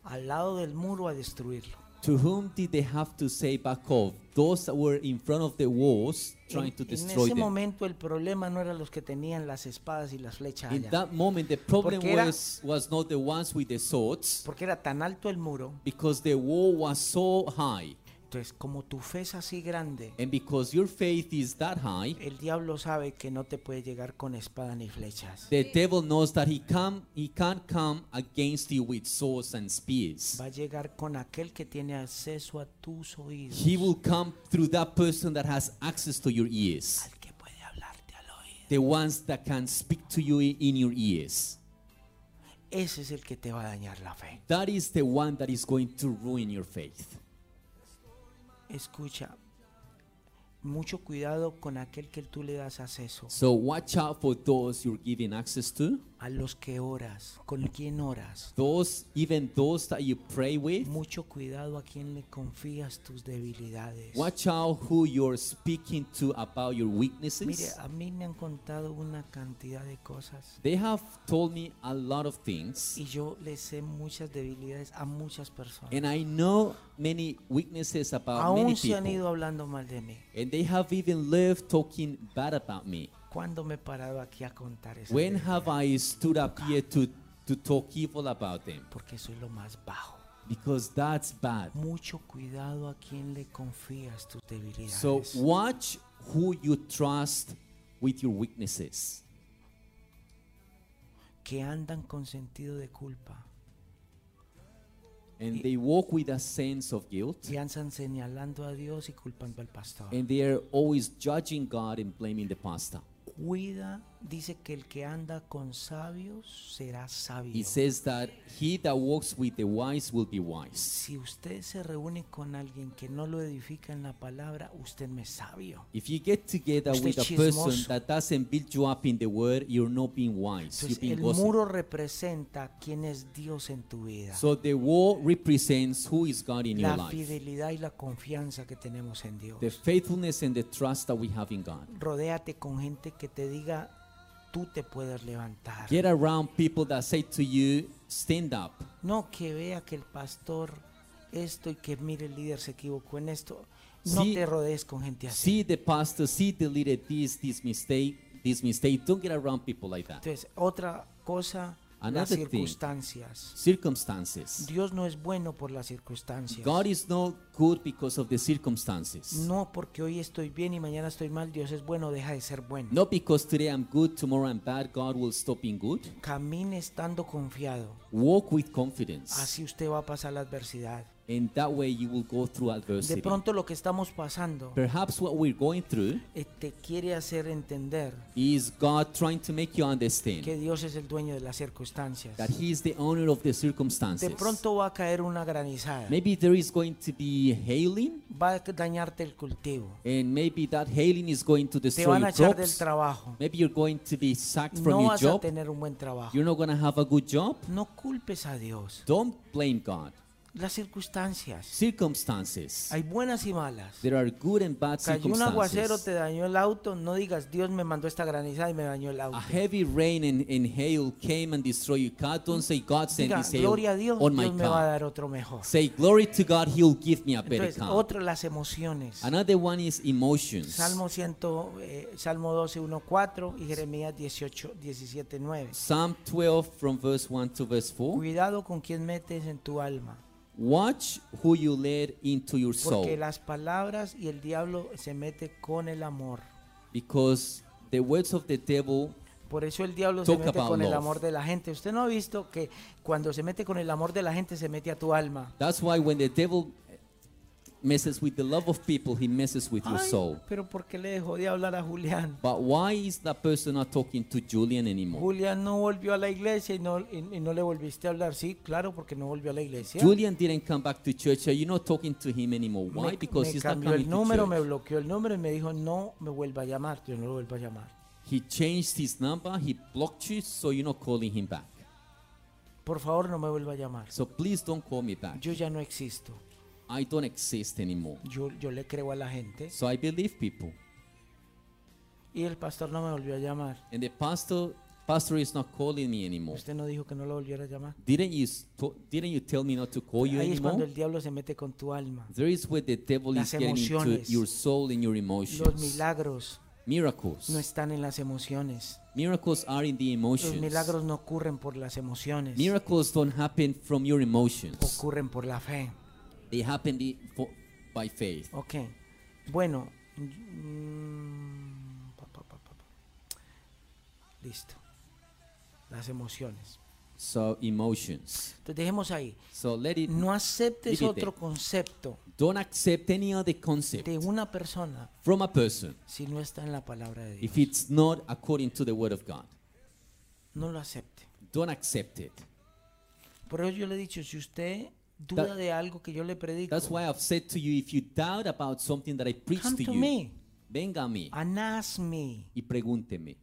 al lado del muro a destruirlo. To whom did they have to say back off? Those that were in front of the walls En, trying to en destroy ese them. momento el problema no eran los que tenían las espadas y las flechas In allá, that moment, the problem Porque era- was, was not the ones with the swords, porque era tan alto el muro. because the wall was so high. Entonces, como tu fe es así grande, And because your faith is that high, el diablo sabe que no te puede llegar con espada ni flechas. the devil knows that he, come, he can't come against you with swords and spears. va a llegar con aquel que tiene acceso a tus oídos. He will come through that person that has access to your ears, al que puede hablarte al oído. the ones that can speak to you i- in your ears. Ese es el que te va a dañar la fe. That is the one that is going to ruin your faith. Escucha, mucho cuidado con aquel que tú le das acceso. So watch out for those you're giving access to, A los que oras, con quien oras. those even those that you pray with. Mucho cuidado a quien le confías tus debilidades. Watch out who you're speaking to about your Mire, weaknesses. a mí me han contado una cantidad de cosas. They have told me a lot of things, Y yo le sé muchas debilidades a muchas personas. and I know many weaknesses about many Aún se han people. ido hablando mal de mí. And they have even lived talking bad about me. ¿Cuándo me he parado aquí a contar eso? When have I stood up here to, to talk evil about them? Porque soy lo más bajo. Because that's bad. Mucho cuidado a quien le confías tus debilidades. So watch who you trust with your weaknesses. que andan con sentido de culpa And they walk with a sense of guilt. y andan señalando a Dios y culpando al pastor. And they are always judging God and blaming the pastor. Cuida, dice que el que anda con sabios será He sabio. says that he that walks with the wise will be wise. Si usted se reúne con alguien que no lo edifica en la palabra, usted no es sabio. If you get together Usted with es a person chismoso. that doesn't build you up in the word, you're not being wise. You're Entonces, being el gossip. muro representa quién es Dios en tu vida. So the wall represents who is God in your La life. fidelidad y la confianza que tenemos en Dios. The faithfulness and the trust that we have in God. Rodéate con gente que te diga, tú te puedes levantar. Get around people that say to you, stand up. No que vea que el pastor esto y que mire el líder se equivocó en esto. Sí. No te rodees con gente así. See the pastor, see the leader, this, this mistake, this mistake. Don't get around people like that. Entonces, otra cosa, las Another thing. circunstancias. Circumstances. Dios no es bueno por las circunstancias. God is not good because of the circumstances. No porque hoy estoy bien y mañana estoy mal, Dios es bueno, deja de ser bueno. Not because today I'm good, tomorrow I'm bad, God will stop being good. Camine estando confiado. Walk with confidence, Así usted va a pasar la adversidad. and that way you will go through adversity. De pronto lo que estamos pasando Perhaps what we're going through eh, te quiere hacer entender is God trying to make you que understand Dios es el dueño de las circunstancias. that He is the owner of the De circumstances. pronto va a caer una granizada. Maybe there is going to be hailing, va a dañarte el cultivo. and maybe that hailing is going to Te destroy van a your echar del crops. trabajo. Maybe you're going to be sacked from No your vas a job. tener un buen trabajo. You're not going to have a good job. No culpes a Dios. Don't blame God. las circunstancias. circumstances. Hay buenas y malas. There are good and bad Cayó un aguacero, te circumstances. dañó el auto, no digas, Dios me mandó esta granizada y me dañó el A auto. heavy rain and, and hail came and destroyed your car. Don't say God sent Diga, this hail gloria a Dios, on "Oh my Dios me va a car. dar otro mejor. Say glory to God, He'll give me a better Entonces, car. otra, las emociones. Another one is emotions. Salmo, 100, eh, Salmo 12, 1, 4 y Jeremías 18, 17, 9. Psalm 12 from verse 1 to verse 4. Cuidado con quien metes en tu alma, Watch who you let into your soul. porque las palabras y el diablo se mete con el amor. Because the words of the devil, Por eso el diablo se Talk mete about con el love. amor de la gente. Usted no ha visto que cuando se mete con el amor de la gente se mete a tu alma. that's why when the devil messes with the love of people, he messes with your Ay, soul. Pero ¿por qué le dejó de hablar a Julián? But why is that person not talking to Julian anymore? Julián no volvió a la iglesia y no, y- y no le volviste a hablar. Sí, claro, porque no volvió a la iglesia. Julian didn't come back to church. Are you not talking to him anymore? Why? me, because me he's not cambió coming el número, me to church. bloqueó el número y me dijo no me vuelva a llamar. Yo no lo vuelvo a llamar. He changed his number. He blocked you, so you're not calling him back. Por favor, no me vuelva a llamar. So please don't call me back. Yo ya no existo. I don't exist anymore. Yo, yo le creo a la gente. So I believe people. Y el pastor no me volvió a llamar. And the pastor, pastor is not calling me anymore. Usted no dijo que no lo volviera a llamar. Didn't you s- to- didn't you tell me not to call you Ahí es cuando anymore? el diablo se mete con tu alma. There is where the devil Las is getting into emociones. your soul and your Los emotions. milagros Miracles. no están en las emociones. Miracles are in the Los emotions. milagros no ocurren por las emociones. Miracles don't happen from your emotions. ocurren por la fe. They happen the- fo- by faith. Ok. Bueno. mm, pa, pa, pa, pa, pa. Listo. Las emociones. So emotions. Entonces dejemos ahí. So let it. No aceptes Límite. otro concepto Don't accept any other concept de una persona from a person si no está en la palabra de Dios. if it's not according to the word of God. No lo acepte. Don't accept it. Por eso yo le he dicho, si usted duda That- de algo que yo le predico, That's why I've said to you, if you doubt about something that I preach Come to to you, me. venga a mí anasme, y pregúnteme,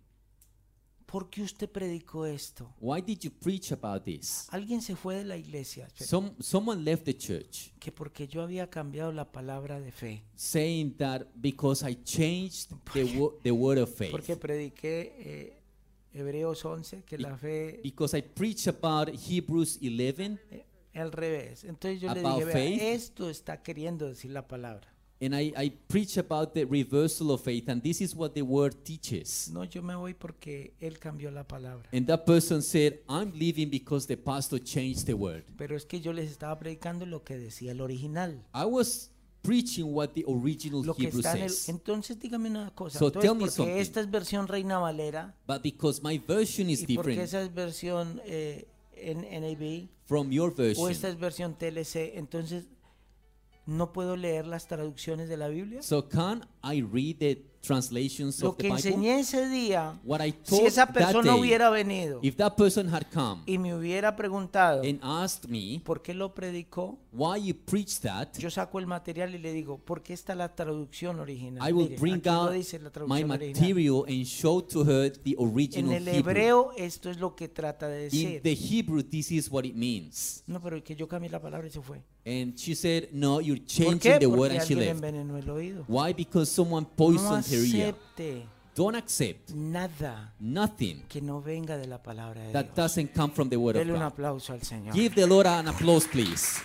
¿por qué usted predicó esto? why did you preach about this? Alguien se fue de la iglesia pero Some, someone left the church que porque yo había cambiado la palabra de fe. saying that because I changed the, wo- the word of Porque faith. prediqué eh, Hebreos 11, que la fe Because I preach about Hebrews 11 eh, al revés. Entonces yo le About dije, faith. "Vea, esto está queriendo decir la palabra. and I, I preach about the reversal of faith and this is what the word teaches. No, yo me voy porque él cambió la palabra. And that person said, I'm leaving because the pastor changed the word. Pero es que yo les estaba predicando lo que decía el original. I was preaching what the original Lo que Hebrew está en el, says. entonces dígame una cosa. So entonces, tell me porque something. esta es versión Reina Valera But because my version is y porque different esa es versión eh, en NAB from your o esta version, es versión TLC, entonces no puedo leer las traducciones de la Biblia. so can I read the translations lo of que the Bible? enseñé ese día, What I si told esa that persona day, hubiera venido if that person had come y me hubiera preguntado and asked me por qué lo predicó, why you preach that, yo saco el material y le digo, ¿por qué está la traducción original? I will Mire, bring aquí lo out dice la my traducción original. material and show to her the En original el Hebrew. hebreo esto es lo que trata de decir. In the Hebrew, this is what it means. No, pero que yo cambié la palabra y se fue. And she said, No, you're ¿Por qué? changing the word, Porque and she alguien left. envenenó el oído. Why? Because someone No poisoned her ear. acepte Don't accept nada nothing que no venga de la palabra de that Dios. doesn't come from the word of Dele un God. aplauso al Señor. Give the Lord an applause, please.